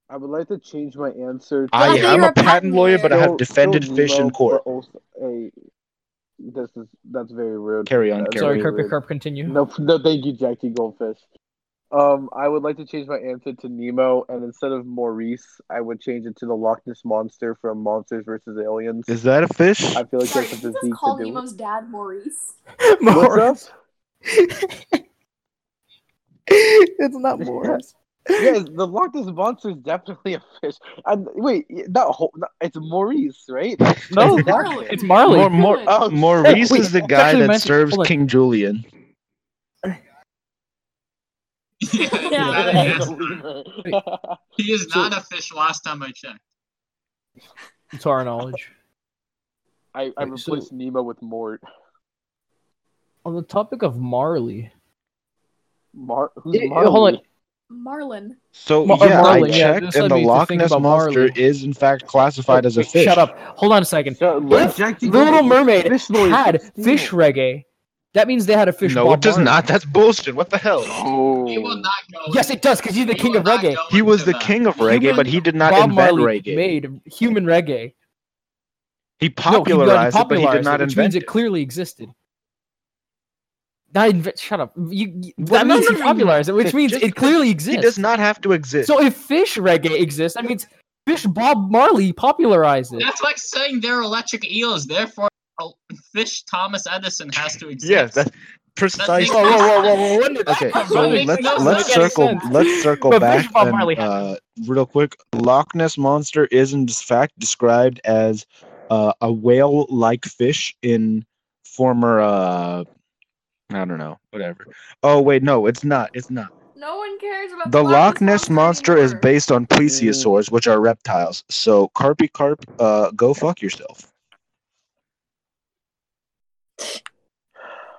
Speaker 7: I would like to change my answer. To
Speaker 2: I
Speaker 3: I thought
Speaker 2: am
Speaker 3: you were
Speaker 2: a
Speaker 3: a patent
Speaker 2: patent lawyer, but I
Speaker 3: lawyer.
Speaker 2: have
Speaker 7: Still- still
Speaker 2: defended fish in
Speaker 7: Nemo,
Speaker 2: court.
Speaker 7: but also a- This is that's very rude.
Speaker 2: Carry on,
Speaker 7: That's
Speaker 2: Carrie.
Speaker 4: Sorry,
Speaker 7: very
Speaker 4: Kirby
Speaker 7: rude.
Speaker 4: Carp, continue.
Speaker 7: No, no, thank you, Jackie Goldfish. Um, I would like to change my answer to Nemo, and instead of Maurice, I would change it to the Loch Ness monster from Monsters vs. Aliens.
Speaker 2: Is that a fish?
Speaker 7: I feel like
Speaker 6: Sorry,
Speaker 7: that's
Speaker 6: did you
Speaker 7: a physique
Speaker 6: just
Speaker 7: to
Speaker 6: call
Speaker 7: do. it.
Speaker 6: Nemo's dad Maurice?
Speaker 7: What's up?
Speaker 4: it's not Morris.
Speaker 7: Yes, the Loch Ness monster is definitely a fish. And wait, that whole not, it's Maurice, right?
Speaker 4: No,
Speaker 7: It's that
Speaker 6: Marley.
Speaker 7: thing.
Speaker 4: it's Marley.
Speaker 2: More, more,
Speaker 6: Good.
Speaker 7: Oh,
Speaker 2: Maurice
Speaker 4: wait,
Speaker 2: is the
Speaker 4: it's
Speaker 2: guy
Speaker 4: actually
Speaker 2: that
Speaker 4: magic-
Speaker 2: serves
Speaker 4: hold on.
Speaker 2: King Julian.
Speaker 1: yeah, it's
Speaker 3: Yeah.
Speaker 1: not
Speaker 7: yeah,
Speaker 1: a
Speaker 7: that's
Speaker 1: yes.
Speaker 7: a lemur.
Speaker 1: He is
Speaker 4: So-
Speaker 1: not a fish. Last time I checked.
Speaker 4: to our knowledge.
Speaker 7: I, I
Speaker 4: Wait, so-
Speaker 7: replaced Nemo with Mort.
Speaker 4: On the topic of Marley,
Speaker 7: Mar- who's
Speaker 4: Yeah,
Speaker 7: Marley?
Speaker 4: hold on.
Speaker 6: Marlin.
Speaker 2: So
Speaker 4: Mar-
Speaker 2: yeah,
Speaker 4: Marley,
Speaker 2: I
Speaker 4: yeah,
Speaker 2: checked,
Speaker 4: this
Speaker 2: and
Speaker 4: led
Speaker 2: the
Speaker 4: me to
Speaker 2: Loch
Speaker 4: think
Speaker 2: Ness
Speaker 4: about
Speaker 2: monster
Speaker 4: Marley.
Speaker 2: is in fact classified as a
Speaker 4: Wait,
Speaker 2: fish.
Speaker 4: Shut up. Hold on a second.
Speaker 7: Shut up,
Speaker 4: What
Speaker 7: let
Speaker 4: if
Speaker 7: Jack
Speaker 4: The
Speaker 7: T. go
Speaker 4: Little
Speaker 7: first.
Speaker 4: Mermaid
Speaker 7: Fish Lord,
Speaker 4: had
Speaker 7: steal
Speaker 4: fish
Speaker 7: it.
Speaker 4: reggae. That means they had a fish
Speaker 2: No,
Speaker 4: Bob
Speaker 2: it does
Speaker 4: Marley.
Speaker 2: not. That's bullshit. What the hell?
Speaker 7: No.
Speaker 1: We will not go.
Speaker 4: Yes, it does, because he's the
Speaker 1: we
Speaker 4: king
Speaker 1: will
Speaker 4: of
Speaker 1: not
Speaker 4: reggae.
Speaker 1: go
Speaker 2: He was
Speaker 1: into
Speaker 2: the
Speaker 1: that.
Speaker 2: king of reggae,
Speaker 4: Human
Speaker 2: but he did not
Speaker 4: Bob
Speaker 2: invent
Speaker 4: Marley
Speaker 2: reggae.
Speaker 4: made human reggae.
Speaker 2: He
Speaker 4: No, he, no, he
Speaker 2: popularized it, but he did
Speaker 4: popularized
Speaker 2: not
Speaker 4: it, which means
Speaker 2: invent
Speaker 4: it clearly existed. Not invent. Shut up. You, you-
Speaker 2: What
Speaker 4: that
Speaker 2: do you
Speaker 4: means he
Speaker 2: mean?
Speaker 4: popularized it, which means
Speaker 2: Just
Speaker 4: it
Speaker 2: because
Speaker 4: clearly
Speaker 2: He
Speaker 4: exists.
Speaker 2: does not have to exist.
Speaker 4: So if fish reggae exists, that means fish Bob Marley popularized it.
Speaker 1: That's like saying they're electric eels. Therefore, el- fish Thomas Edison has to exist.
Speaker 2: yes, that's precisely.
Speaker 1: makes Whoa, whoa, whoa, whoa,
Speaker 4: Oh, whoa! When did that
Speaker 2: Okay,
Speaker 4: come
Speaker 2: so
Speaker 4: from?
Speaker 1: That makes
Speaker 2: let's
Speaker 1: no
Speaker 2: let's
Speaker 1: sense.
Speaker 2: circle let's circle
Speaker 4: But
Speaker 2: back
Speaker 4: Fish Bob
Speaker 2: and
Speaker 4: Marley had
Speaker 2: uh, real quick. Loch Ness monster is in fact described as uh, a whale-like fish in former. Uh, I don't know, whatever. Oh wait, no, it's not. It's not.
Speaker 6: No one cares about
Speaker 2: The Loch Ness monster is
Speaker 6: anymore.
Speaker 2: based on plesiosaurs, which are reptiles. So Carpy Carp, uh, go fuck yourself.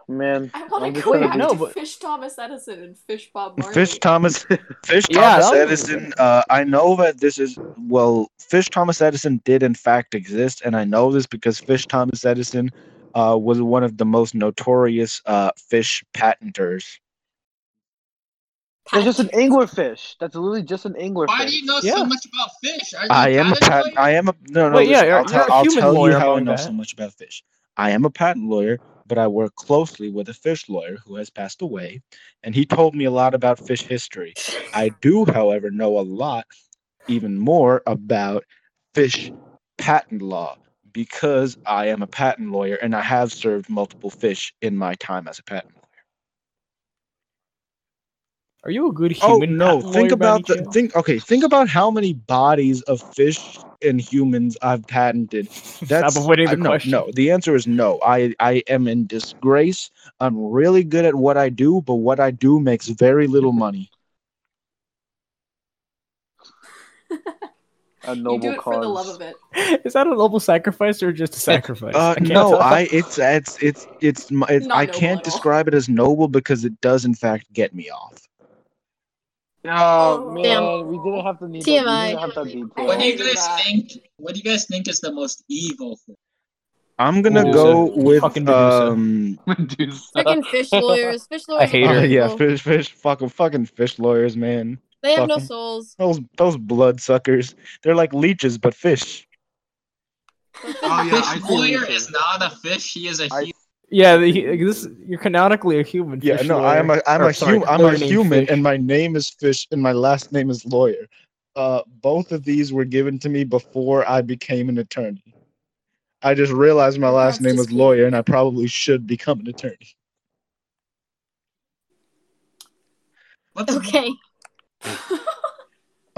Speaker 7: Man,
Speaker 6: I want
Speaker 7: I'm
Speaker 6: to
Speaker 7: just
Speaker 6: go
Speaker 7: trying
Speaker 4: Wait,
Speaker 7: to
Speaker 6: back
Speaker 7: be
Speaker 4: no,
Speaker 6: to
Speaker 4: but-
Speaker 6: Fish Thomas Edison and Fish Bob Marley.
Speaker 2: Fish Thomas, Fish
Speaker 4: Yeah,
Speaker 2: Thomas
Speaker 4: that was-
Speaker 2: Edison. Uh, I know that this is well. Fish Thomas Edison did in fact exist, and I know this because Fish Thomas Edison uh, was one of the most notorious uh, fish patenters.
Speaker 7: That's just an anglerfish. That's literally just an anglerfish.
Speaker 1: Why do you know
Speaker 4: Yeah.
Speaker 1: so much about fish? Are you
Speaker 2: I am a
Speaker 1: patent
Speaker 2: patent.
Speaker 1: lawyer?
Speaker 2: I am a no, no.
Speaker 4: Wait, yeah,
Speaker 2: listen,
Speaker 4: you're-
Speaker 2: I'll
Speaker 4: you're
Speaker 2: tell.
Speaker 4: a
Speaker 2: I'll
Speaker 4: human
Speaker 2: tell you how
Speaker 4: lawyer,
Speaker 2: I
Speaker 4: knowing
Speaker 2: know
Speaker 4: that.
Speaker 2: so much about fish. I am a patent lawyer, but I work closely with a fish lawyer who has passed away, and he told me a lot about fish history. I do, however, know a lot, even more, about fish patent law because I am a patent lawyer and I have served multiple fish in my time as a patent lawyer.
Speaker 4: Are you a good
Speaker 2: Oh
Speaker 4: human?
Speaker 2: no!
Speaker 4: patent
Speaker 2: Think
Speaker 4: lawyer by any
Speaker 2: about the
Speaker 4: chance?
Speaker 2: think. Okay, think about how many bodies of fish and humans I've patented.
Speaker 4: Stop
Speaker 2: That's
Speaker 4: avoiding
Speaker 2: uh,
Speaker 4: the
Speaker 2: no,
Speaker 4: question.
Speaker 2: no. The answer is no. I I am in disgrace. I'm really good at what I do, but what I do makes very little money.
Speaker 7: A
Speaker 6: You
Speaker 7: noble
Speaker 6: do it
Speaker 7: cause.
Speaker 6: for the love of it.
Speaker 4: Is that a noble sacrifice or just a sacrifice?
Speaker 2: Uh,
Speaker 4: I can't
Speaker 2: no,
Speaker 4: tell.
Speaker 2: I it's it's it's it's, m- it's
Speaker 6: Not
Speaker 2: I
Speaker 6: noble
Speaker 2: can't
Speaker 6: at all.
Speaker 2: describe it as noble because it does in fact get me off.
Speaker 7: Oh
Speaker 6: Oh.
Speaker 7: man, we didn't have to need that. We
Speaker 3: TMI.
Speaker 7: didn't have that
Speaker 1: What
Speaker 7: detail.
Speaker 1: do you
Speaker 6: hated
Speaker 1: guys
Speaker 6: that.
Speaker 1: think? What do you guys think is the most evil thing?
Speaker 2: I'm gonna
Speaker 4: Medusa.
Speaker 2: go
Speaker 4: Fucking
Speaker 2: with
Speaker 4: Medusa.
Speaker 2: um
Speaker 7: Medusa.
Speaker 3: Freaking fish lawyers. Fish lawyers
Speaker 4: hate
Speaker 3: are
Speaker 4: her.
Speaker 2: uh, yeah
Speaker 3: awful.
Speaker 2: fish fish fucking fucking fish lawyers man.
Speaker 3: They have
Speaker 2: Fuck
Speaker 3: no
Speaker 2: 'em.
Speaker 3: souls.
Speaker 2: Those those bloodsuckers. They're like leeches but fish.
Speaker 3: But fish
Speaker 7: Oh, yeah,
Speaker 1: Fish
Speaker 7: I see what you're
Speaker 1: lawyer is
Speaker 7: saying.
Speaker 1: not a fish. He is a
Speaker 7: I
Speaker 1: human.
Speaker 4: Yeah, the, he- this you're canonically a human.
Speaker 2: Yeah,
Speaker 4: fish
Speaker 2: no,
Speaker 4: lawyer.
Speaker 2: I am a I'm
Speaker 4: or,
Speaker 2: a
Speaker 4: sorry,
Speaker 2: human I'm a
Speaker 4: lawyer named
Speaker 2: human
Speaker 4: Fish.
Speaker 2: and my name is Fish and my last name is Lawyer. Uh both of these were given to me before I became an attorney. I just realized my last
Speaker 6: That's
Speaker 2: name
Speaker 6: just
Speaker 2: is
Speaker 6: cute.
Speaker 2: Lawyer and I probably should become an attorney.
Speaker 1: What's
Speaker 3: Okay.
Speaker 4: Thank you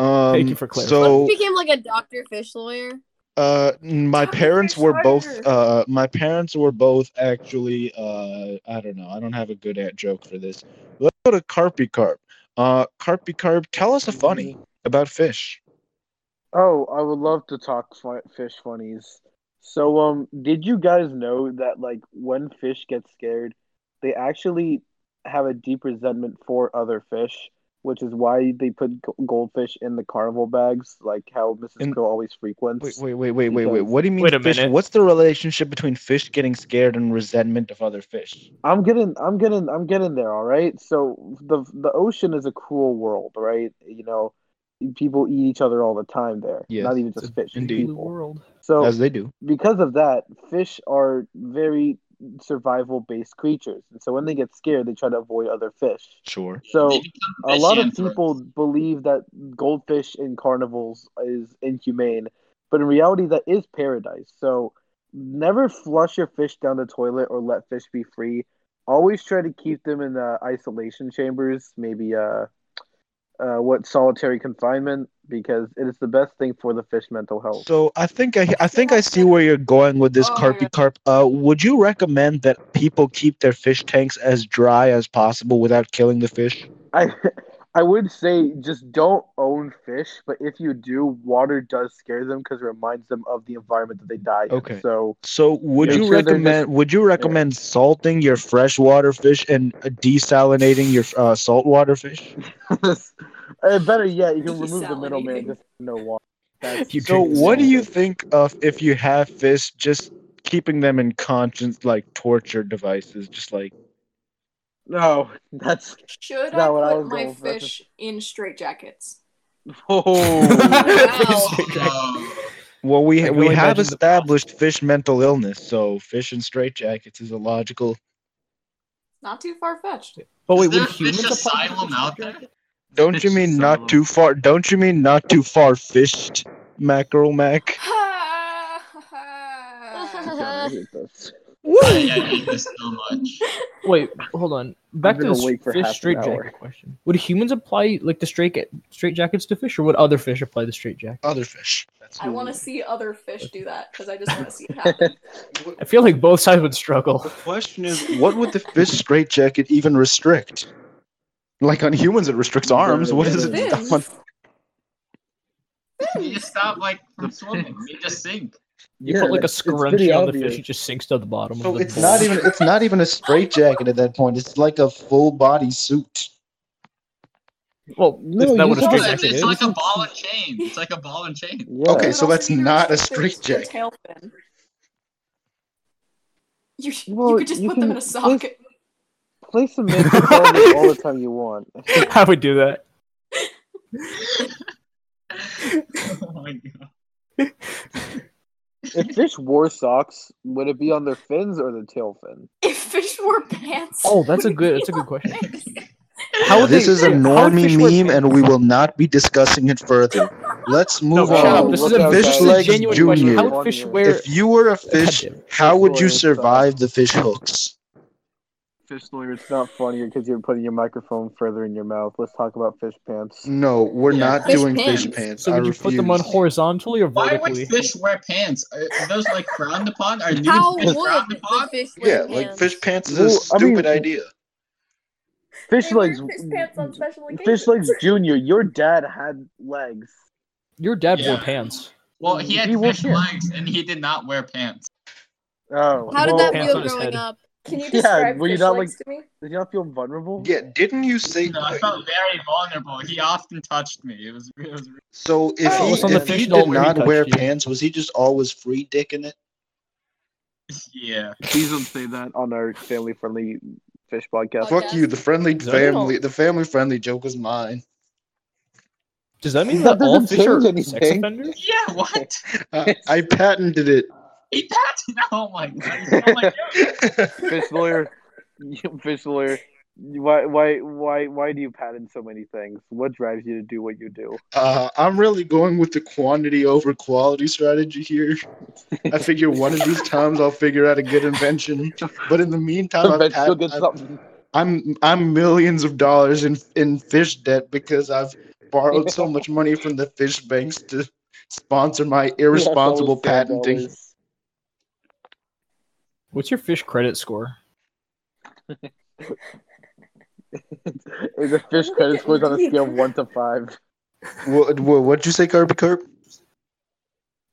Speaker 2: Um
Speaker 4: for clarifying.
Speaker 3: What if
Speaker 2: so
Speaker 3: you became like a doctor fish lawyer?
Speaker 2: uh my
Speaker 6: Dr.
Speaker 2: parents were both
Speaker 6: Fisher.
Speaker 2: uh my parents were both actually uh I don't know I don't have a good at joke for this let's go to Carpy Carp uh Carpy Carp tell us a funny
Speaker 4: Mm.
Speaker 2: about fish
Speaker 7: Oh, I would love to talk fi- fish funnies. So, um, did you guys know that like when fish get scared, they actually have a deep resentment for other fish, which is why they put go- goldfish in the carnival bags, like how Mrs.
Speaker 2: And-
Speaker 7: Crow always
Speaker 2: wait
Speaker 7: frequents.
Speaker 2: wait wait wait wait wait
Speaker 7: Because
Speaker 2: what do you mean
Speaker 4: Wait a
Speaker 2: fish
Speaker 4: minute.
Speaker 2: what's the relationship between fish getting scared and resentment of other fish
Speaker 7: I'm getting, I'm getting, I'm getting there. All right. So the the ocean is a cruel world, right? You know, people eat each other all the time there.
Speaker 2: yes
Speaker 7: Not even
Speaker 2: it's a-
Speaker 7: just fish,
Speaker 2: indeed
Speaker 4: Blue
Speaker 7: people.
Speaker 4: world.
Speaker 7: So
Speaker 2: as they do
Speaker 7: because of that, fish are very survival based creatures. And so when they get scared, they try to avoid other fish.
Speaker 2: sure
Speaker 1: They
Speaker 7: So
Speaker 1: become
Speaker 7: a
Speaker 1: fish
Speaker 7: lot of
Speaker 1: emperors.
Speaker 7: people believe that goldfish in carnivals is inhumane, but in reality, that is paradise. So never flush your fish down the toilet or let fish be free. Always try to keep them in uh, isolation chambers, maybe uh, uh, what solitary confinement, because it is the best thing for the fish mental health.
Speaker 2: So I think I, I think I
Speaker 6: That's
Speaker 7: Oh.
Speaker 2: see
Speaker 6: it.
Speaker 2: where you're going with this
Speaker 6: Oh my
Speaker 2: carpy
Speaker 6: god.
Speaker 2: carp. Uh, would you recommend that people keep their fish tanks as dry as possible without killing the fish?
Speaker 7: I I would say just don't own fish, but if you do, water does scare them because it reminds them of the environment that they die in.
Speaker 2: Okay.
Speaker 7: So
Speaker 2: So would
Speaker 7: Yeah,
Speaker 2: you
Speaker 7: so they're just-
Speaker 2: recommend would you recommend salting your freshwater fish and desalinating your uh, saltwater fish?
Speaker 7: Uh, better yet, you can remove the middleman.
Speaker 6: Desalinating.
Speaker 7: Just no water.
Speaker 4: If you
Speaker 2: So
Speaker 4: drink the
Speaker 2: what do
Speaker 4: salt.
Speaker 2: you think of if you have fish just keeping them in conscience like torture devices just like
Speaker 7: No, that's
Speaker 6: Should
Speaker 7: Not
Speaker 6: I
Speaker 7: what I
Speaker 6: put
Speaker 7: was
Speaker 6: my
Speaker 7: going for. That's a-
Speaker 6: fish in straitjackets?
Speaker 7: oh.
Speaker 2: well we
Speaker 4: I can
Speaker 2: we
Speaker 4: only
Speaker 2: have
Speaker 4: oh, imagine the-
Speaker 2: established fish mental illness so fish in straitjackets is a logical
Speaker 6: Not too far fetched.
Speaker 4: But
Speaker 1: Is
Speaker 4: wait, would
Speaker 1: there a fish
Speaker 4: humans
Speaker 1: asylum
Speaker 4: apologize?
Speaker 1: out there?
Speaker 2: Don't you
Speaker 1: Fish
Speaker 2: mean not
Speaker 1: asylum.
Speaker 2: too far? Don't you mean not too far fished, mackerel mac?
Speaker 7: God, I hate this.
Speaker 1: I, I hate this so much.
Speaker 4: Wait, hold on. Back to
Speaker 7: gonna
Speaker 4: this
Speaker 7: wait for
Speaker 4: fish
Speaker 7: half an
Speaker 4: straight
Speaker 7: hour.
Speaker 4: jacket question. Would humans apply like the straight straight jackets to fish, or would other fish apply the straight jacket?
Speaker 2: Other fish. That's
Speaker 6: I want to
Speaker 2: to.
Speaker 6: see other fish do that because I just want to see it happen.
Speaker 2: Oh.
Speaker 4: I feel like both sides would struggle.
Speaker 2: The question is, what would the fish straitjacket even restrict? Like on humans, it restricts arms. What is it?
Speaker 6: Fins.
Speaker 2: On...
Speaker 1: You just stop like from swimming. You just sink.
Speaker 4: You
Speaker 7: Yeah,
Speaker 4: put like a
Speaker 7: it's- it's pretty
Speaker 4: scrunchie on the
Speaker 7: obvious.
Speaker 4: fish, it just sinks to the bottom. of
Speaker 2: So
Speaker 4: the
Speaker 2: it's
Speaker 4: bowl.
Speaker 2: not even. It's not even a straitjacket at that point. It's like a full body suit.
Speaker 4: Well,
Speaker 7: No,
Speaker 4: isn't that
Speaker 7: you
Speaker 4: what a
Speaker 7: said-
Speaker 4: straight
Speaker 1: It's,
Speaker 4: jacket
Speaker 1: it's
Speaker 4: is?
Speaker 1: like a ball and chain. It's like a ball and chain.
Speaker 7: Yeah.
Speaker 2: Okay,
Speaker 6: It
Speaker 2: so
Speaker 6: would
Speaker 2: that's
Speaker 6: also be
Speaker 2: not a
Speaker 6: restricted to
Speaker 2: straitjacket.
Speaker 6: tail fin. You, you
Speaker 7: Well,
Speaker 6: could just
Speaker 7: you
Speaker 6: put them in
Speaker 7: can
Speaker 6: a sock.
Speaker 7: place- Play some Manchester Sandwich all the time you want.
Speaker 4: I would do that.
Speaker 1: oh my god.
Speaker 7: If fish wore socks, would it be on their fins or their tail fin?
Speaker 6: If fish wore pants.
Speaker 4: Oh, that's a good. That's a good question. How would
Speaker 2: This
Speaker 4: they-
Speaker 2: is a
Speaker 4: how would
Speaker 2: normie
Speaker 4: fish wear
Speaker 2: meme,
Speaker 4: pants?
Speaker 2: and we will not be discussing it further. Let's move
Speaker 4: no,
Speaker 2: on.
Speaker 4: shut up.
Speaker 7: Oh,
Speaker 4: This
Speaker 7: look
Speaker 4: is a
Speaker 7: out,
Speaker 4: this
Speaker 7: guys.
Speaker 4: is a
Speaker 2: Legs
Speaker 4: genuine
Speaker 2: Junior.
Speaker 4: question. How would fish
Speaker 7: If
Speaker 4: wear?
Speaker 2: If you were a fish,
Speaker 4: damn
Speaker 2: how would you
Speaker 7: Fish lawyer,
Speaker 2: survive the fish hooks?
Speaker 7: Fish lawyer, it's not funnier because you're putting your microphone further in your mouth. Let's talk about fish pants.
Speaker 2: No, we're
Speaker 1: Yeah,
Speaker 2: not
Speaker 3: fish
Speaker 2: doing fish
Speaker 3: pants.
Speaker 2: pants.
Speaker 4: So
Speaker 2: I
Speaker 4: would you
Speaker 2: refuse.
Speaker 4: put them on horizontally or
Speaker 1: Why would
Speaker 4: vertically?
Speaker 1: fish wear pants? Are, are those like frowned upon? Are nude
Speaker 3: How
Speaker 1: fish
Speaker 3: would
Speaker 1: frowned
Speaker 3: the
Speaker 1: upon?
Speaker 3: fish wear
Speaker 2: yeah,
Speaker 3: pants?
Speaker 2: like fish pants is a
Speaker 7: Well, I mean-
Speaker 2: stupid idea.
Speaker 7: Fish
Speaker 3: They wear
Speaker 7: legs.
Speaker 3: fish pants on special occasions.
Speaker 7: Fish legs, Junior. Your dad had legs.
Speaker 4: Your dad wore
Speaker 1: Yeah.
Speaker 4: pants.
Speaker 1: Well, he had
Speaker 7: He wore
Speaker 1: fish
Speaker 7: pants.
Speaker 1: legs and he did not wear pants.
Speaker 7: Oh,
Speaker 3: How did
Speaker 7: well,
Speaker 3: that
Speaker 4: Pants
Speaker 3: feel
Speaker 4: on his
Speaker 3: growing
Speaker 4: head.
Speaker 3: up?
Speaker 6: Can you
Speaker 7: Yeah,
Speaker 6: describe
Speaker 7: were you
Speaker 6: fish
Speaker 7: not,
Speaker 6: legs to me?
Speaker 7: Did you not feel vulnerable?
Speaker 2: Yeah, didn't you say?
Speaker 1: You know, I felt very vulnerable. He often touched me. It was it was
Speaker 2: So if
Speaker 7: Oh,
Speaker 2: he
Speaker 7: it's on the
Speaker 2: if he
Speaker 4: fish
Speaker 2: did
Speaker 4: doll where he
Speaker 2: not
Speaker 4: touched
Speaker 2: wear
Speaker 4: you.
Speaker 2: pants, was he just always free dicking it?
Speaker 1: yeah.
Speaker 7: Please don't say that on our family-friendly fish podcast.
Speaker 3: Podcast.
Speaker 2: Fuck you. The friendly
Speaker 4: Is that it all?
Speaker 2: family. The family friendly joke was mine.
Speaker 4: Does that mean
Speaker 7: That
Speaker 4: that, all
Speaker 7: doesn't
Speaker 4: fish are
Speaker 7: change
Speaker 4: sex
Speaker 7: anything.
Speaker 4: offenders?
Speaker 1: Yeah, what?
Speaker 2: I, Uh, I patented it.
Speaker 1: He patted. Oh my god. He stole my joke.
Speaker 7: Fish lawyer, you- fish lawyer. Why, why, why, why do you patent so many things? What drives you to do what you do?
Speaker 2: Uh, I'm really going with the quantity over quality strategy here. I figure one of these times I'll figure out a good invention, but in the meantime, I've
Speaker 7: Eventually, you'll
Speaker 2: pat-
Speaker 7: get
Speaker 2: I've-
Speaker 7: something.
Speaker 2: I'm I'm millions of dollars in in fish debt because I've borrowed so much money from the fish banks to sponsor my irresponsible
Speaker 7: Yes, always
Speaker 2: patenting.
Speaker 7: $10.
Speaker 4: What's your fish credit score?
Speaker 7: Is a fish
Speaker 6: Look
Speaker 7: credit
Speaker 6: at
Speaker 7: score on a
Speaker 6: me.
Speaker 7: scale of one to five?
Speaker 2: What what'd you say, Kirby Kirp?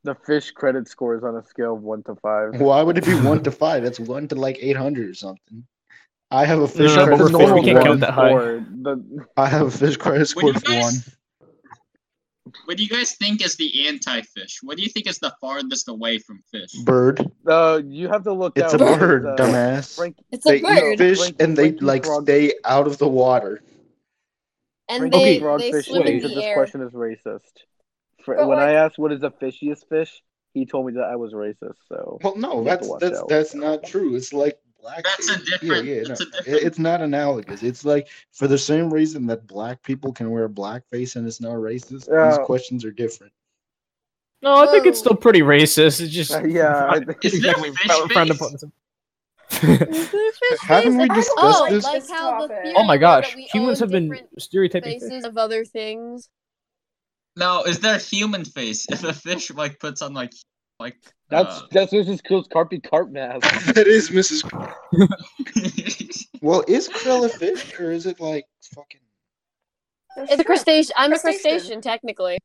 Speaker 7: The fish credit score is on a scale of one to five.
Speaker 2: Why would it be one to five? That's one to like eight hundred or something. I have a
Speaker 4: No,
Speaker 2: fish
Speaker 4: no, no,
Speaker 2: credit
Speaker 4: but we're
Speaker 2: score
Speaker 4: fish. Uh, We
Speaker 2: of
Speaker 4: can't
Speaker 2: one.
Speaker 4: count that high.
Speaker 7: Or the
Speaker 2: I have a fish credit score
Speaker 1: Would you
Speaker 2: of one.
Speaker 1: guys what do you guys think is the anti fish? What do you think is the farthest away from fish?
Speaker 2: Bird.
Speaker 7: uh, you have to look
Speaker 2: It's
Speaker 7: out.
Speaker 2: a
Speaker 7: because,
Speaker 2: bird,
Speaker 7: uh,
Speaker 2: dumbass.
Speaker 7: Frank,
Speaker 3: It's a
Speaker 2: they eat
Speaker 3: bird,
Speaker 2: fish
Speaker 7: Frankie-
Speaker 2: and they
Speaker 7: Frankie
Speaker 2: like
Speaker 7: Frog-
Speaker 2: stay out of the water.
Speaker 3: and
Speaker 7: Frankie
Speaker 3: they they
Speaker 7: Frogfish
Speaker 3: swim in
Speaker 7: thinks that
Speaker 3: the
Speaker 7: this
Speaker 3: air.
Speaker 7: question is racist. Fr-
Speaker 3: But
Speaker 7: when
Speaker 3: like-
Speaker 7: I asked what is the fishiest fish, he told me that I was racist. So
Speaker 2: Well, no,
Speaker 7: You have to
Speaker 2: that's
Speaker 7: watch
Speaker 2: that's
Speaker 7: out.
Speaker 2: that's not true. It's like black.
Speaker 1: That's a different-
Speaker 2: Yeah, yeah,
Speaker 1: that's
Speaker 2: no.
Speaker 1: a different-
Speaker 2: It- It's not analogous. It's like for the same reason that black people can wear blackface and it's not racist. These
Speaker 7: Yeah.
Speaker 2: questions are different.
Speaker 4: No, I think it's
Speaker 3: Whoa.
Speaker 4: still pretty racist. It's just
Speaker 7: Uh, yeah, I
Speaker 4: not
Speaker 7: think-
Speaker 1: Is there
Speaker 4: exactly
Speaker 1: fish
Speaker 4: frowned- frowned
Speaker 1: face?
Speaker 4: upon. It's-
Speaker 3: Is there fish
Speaker 2: Haven't
Speaker 3: face?
Speaker 2: we
Speaker 3: I don't
Speaker 2: discussed
Speaker 3: know,
Speaker 2: this?
Speaker 3: Like
Speaker 6: This
Speaker 3: how the
Speaker 6: topic.
Speaker 3: theory
Speaker 4: oh my
Speaker 3: was
Speaker 4: gosh,
Speaker 3: that we
Speaker 4: humans
Speaker 3: own
Speaker 4: have been
Speaker 3: different
Speaker 4: stereotyping. fish.
Speaker 3: faces of other things.
Speaker 1: No, is there human face? If a fish like puts on like like
Speaker 7: that's
Speaker 1: uh,
Speaker 7: that's Mrs. Krill's carpy carp mask.
Speaker 2: that is Mrs. Well, is krill a fish or is it like fucking?
Speaker 6: That's
Speaker 3: It's a
Speaker 6: true.
Speaker 3: crustacean. I'm a
Speaker 6: Crustacean.
Speaker 3: crustacean technically,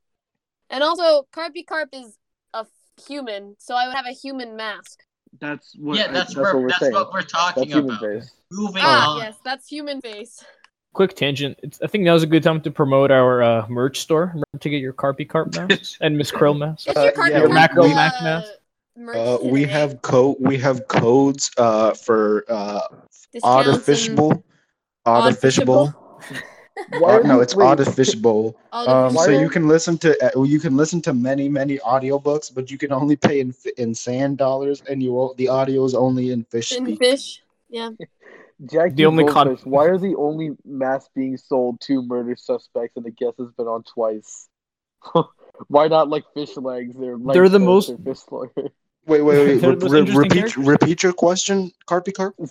Speaker 3: and also Carpy Carp is a f- human, so I would have a human mask.
Speaker 7: That's what.
Speaker 1: yeah,
Speaker 7: I-
Speaker 1: that's,
Speaker 7: that's
Speaker 1: where-
Speaker 7: what we're
Speaker 1: that's
Speaker 7: saying.
Speaker 1: what we're
Speaker 7: that's
Speaker 1: talking
Speaker 7: human
Speaker 1: about.
Speaker 7: face. Oh.
Speaker 1: Moving
Speaker 3: Ah,
Speaker 1: on.
Speaker 3: yes, that's human face.
Speaker 4: Uh, Quick tangent. It's, I think that was a good time to promote our uh, merch store Remember to get your Carpy Carp masks and Miss Krill masks.
Speaker 3: Is your
Speaker 7: Uh,
Speaker 3: Carpy
Speaker 7: yeah,
Speaker 3: Carp,
Speaker 4: Macro
Speaker 3: uh,
Speaker 4: Mac mask?
Speaker 3: merch
Speaker 2: Uh, we
Speaker 3: today?
Speaker 2: have code. We have codes uh, for uh,
Speaker 3: Discounts
Speaker 2: Otter
Speaker 3: and
Speaker 2: Fishbowl.
Speaker 3: Odd
Speaker 2: Otter Fishbowl.
Speaker 7: Why
Speaker 2: Uh,
Speaker 7: are
Speaker 2: no,
Speaker 7: we-
Speaker 2: it's
Speaker 7: wait,
Speaker 2: Otter Fishbowl.
Speaker 3: Odd
Speaker 2: Um, so
Speaker 7: Why are-
Speaker 2: you can listen to uh, you can listen to many many audiobooks, but you can only pay in fi- in sand dollars, and you will the audio is only in fish
Speaker 3: and
Speaker 2: speak.
Speaker 3: fish. Yeah.
Speaker 7: Jackie
Speaker 4: The only con-
Speaker 7: Goldfish, why are the only masks being sold to murder suspects and the guess has been on twice? why not like fish legs or legs
Speaker 4: They're the
Speaker 7: Fish
Speaker 4: most-
Speaker 7: or fish lawyer?
Speaker 2: Wait wait wait.
Speaker 4: They're
Speaker 2: re-
Speaker 4: those
Speaker 2: re-
Speaker 4: interesting
Speaker 2: repeat
Speaker 4: characters.
Speaker 2: repeat your question, Carpy Carp.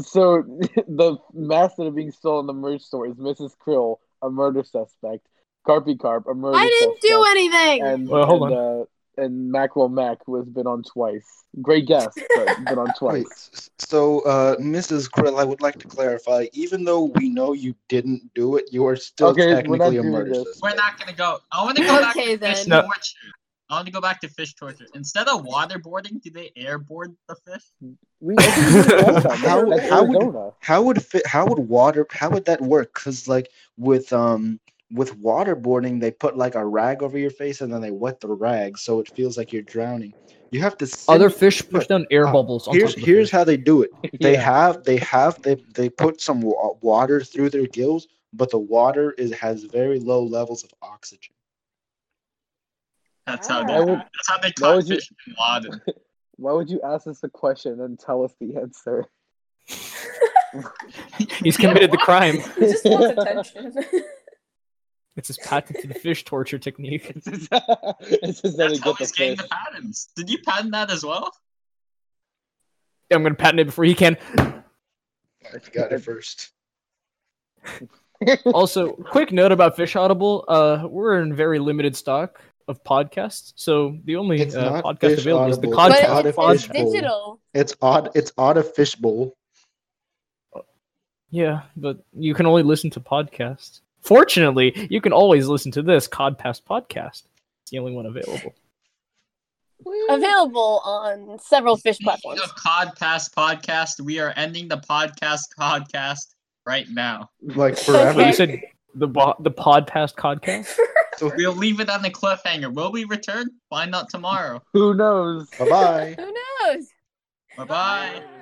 Speaker 7: So the masks that are being sold in the merch store is Mrs. Krill, a murder suspect, Carpy Carp, a murder
Speaker 3: I didn't
Speaker 7: suspect,
Speaker 3: do anything.
Speaker 7: and
Speaker 4: Well, hold
Speaker 7: and, Uh, and Mackerel Mac who has been on twice. Great guess, but been on
Speaker 2: Wait,
Speaker 7: twice.
Speaker 2: s- so uh, Mrs. Krill, I would like to clarify. Even though we know you didn't do it, you are still
Speaker 7: Okay, we're
Speaker 2: technically
Speaker 7: not
Speaker 2: a
Speaker 7: doing
Speaker 2: murder
Speaker 7: this.
Speaker 2: suspect.
Speaker 1: We're not gonna go. I want to go back
Speaker 3: Okay,
Speaker 1: to fish
Speaker 3: then.
Speaker 4: No.
Speaker 1: torture. I want to go back to fish torture. Instead of waterboarding, do they airboard the fish?
Speaker 7: We I think we did it last time. That's,
Speaker 2: How-
Speaker 7: that's
Speaker 2: how would-
Speaker 7: Arizona.
Speaker 2: How would fit? How would water? How would that work? Cause like with um with waterboarding, they put like a rag over your face and then they wet the rag so it feels like you're drowning. You have to. Sim-
Speaker 4: Other fish push
Speaker 2: but-
Speaker 4: down air
Speaker 2: uh,
Speaker 4: bubbles on top
Speaker 2: here's
Speaker 4: of the
Speaker 2: here's
Speaker 4: fish.
Speaker 2: how they do it. They
Speaker 7: Yeah.
Speaker 2: have they have they they put some wa- water through their gills, but the water is has very low levels of oxygen.
Speaker 1: That's how.
Speaker 3: Ah.
Speaker 7: Why
Speaker 1: They,
Speaker 7: would,
Speaker 1: that's how they
Speaker 7: why
Speaker 1: caught
Speaker 7: would you-
Speaker 1: fish in water.
Speaker 7: why would you ask us a question and tell us the answer?
Speaker 4: He's committed the crime.
Speaker 6: He just wants attention.
Speaker 4: It's his patented fish torture technique.
Speaker 7: it's just, it's just how
Speaker 1: That's
Speaker 7: they
Speaker 1: how
Speaker 7: get the
Speaker 1: he's getting
Speaker 7: fish.
Speaker 1: the patterns. Did you patent that as well?
Speaker 4: I'm gonna patent it before he can.
Speaker 2: I got it first.
Speaker 4: Also, quick note about Fish Audible. Uh, we're in very limited stock of podcasts, so the only
Speaker 2: It's
Speaker 4: uh,
Speaker 2: not
Speaker 4: podcast
Speaker 2: Fish
Speaker 4: available is the
Speaker 2: Audible, it's
Speaker 3: but
Speaker 4: podcast.
Speaker 2: Odd of
Speaker 3: it, it's, it's
Speaker 4: podcast.
Speaker 2: Fishbowl.
Speaker 3: digital.
Speaker 2: It's odd. It's odd a fishbowl.
Speaker 4: Yeah, but you can only listen to podcasts. Fortunately, you can always listen to this Codcast podcast. It's the only one available.
Speaker 3: Available on several fish
Speaker 1: Speaking
Speaker 3: platforms.
Speaker 1: of Codcast podcast, we are ending the podcast podcast right now.
Speaker 2: like forever.
Speaker 4: But you
Speaker 3: Okay.
Speaker 4: said the bo- the podcast podcast.
Speaker 2: So
Speaker 1: We'll leave it on the cliffhanger. Will we return? Find out tomorrow.
Speaker 7: Who knows?
Speaker 2: bye bye.
Speaker 3: Who knows?
Speaker 1: Bye bye.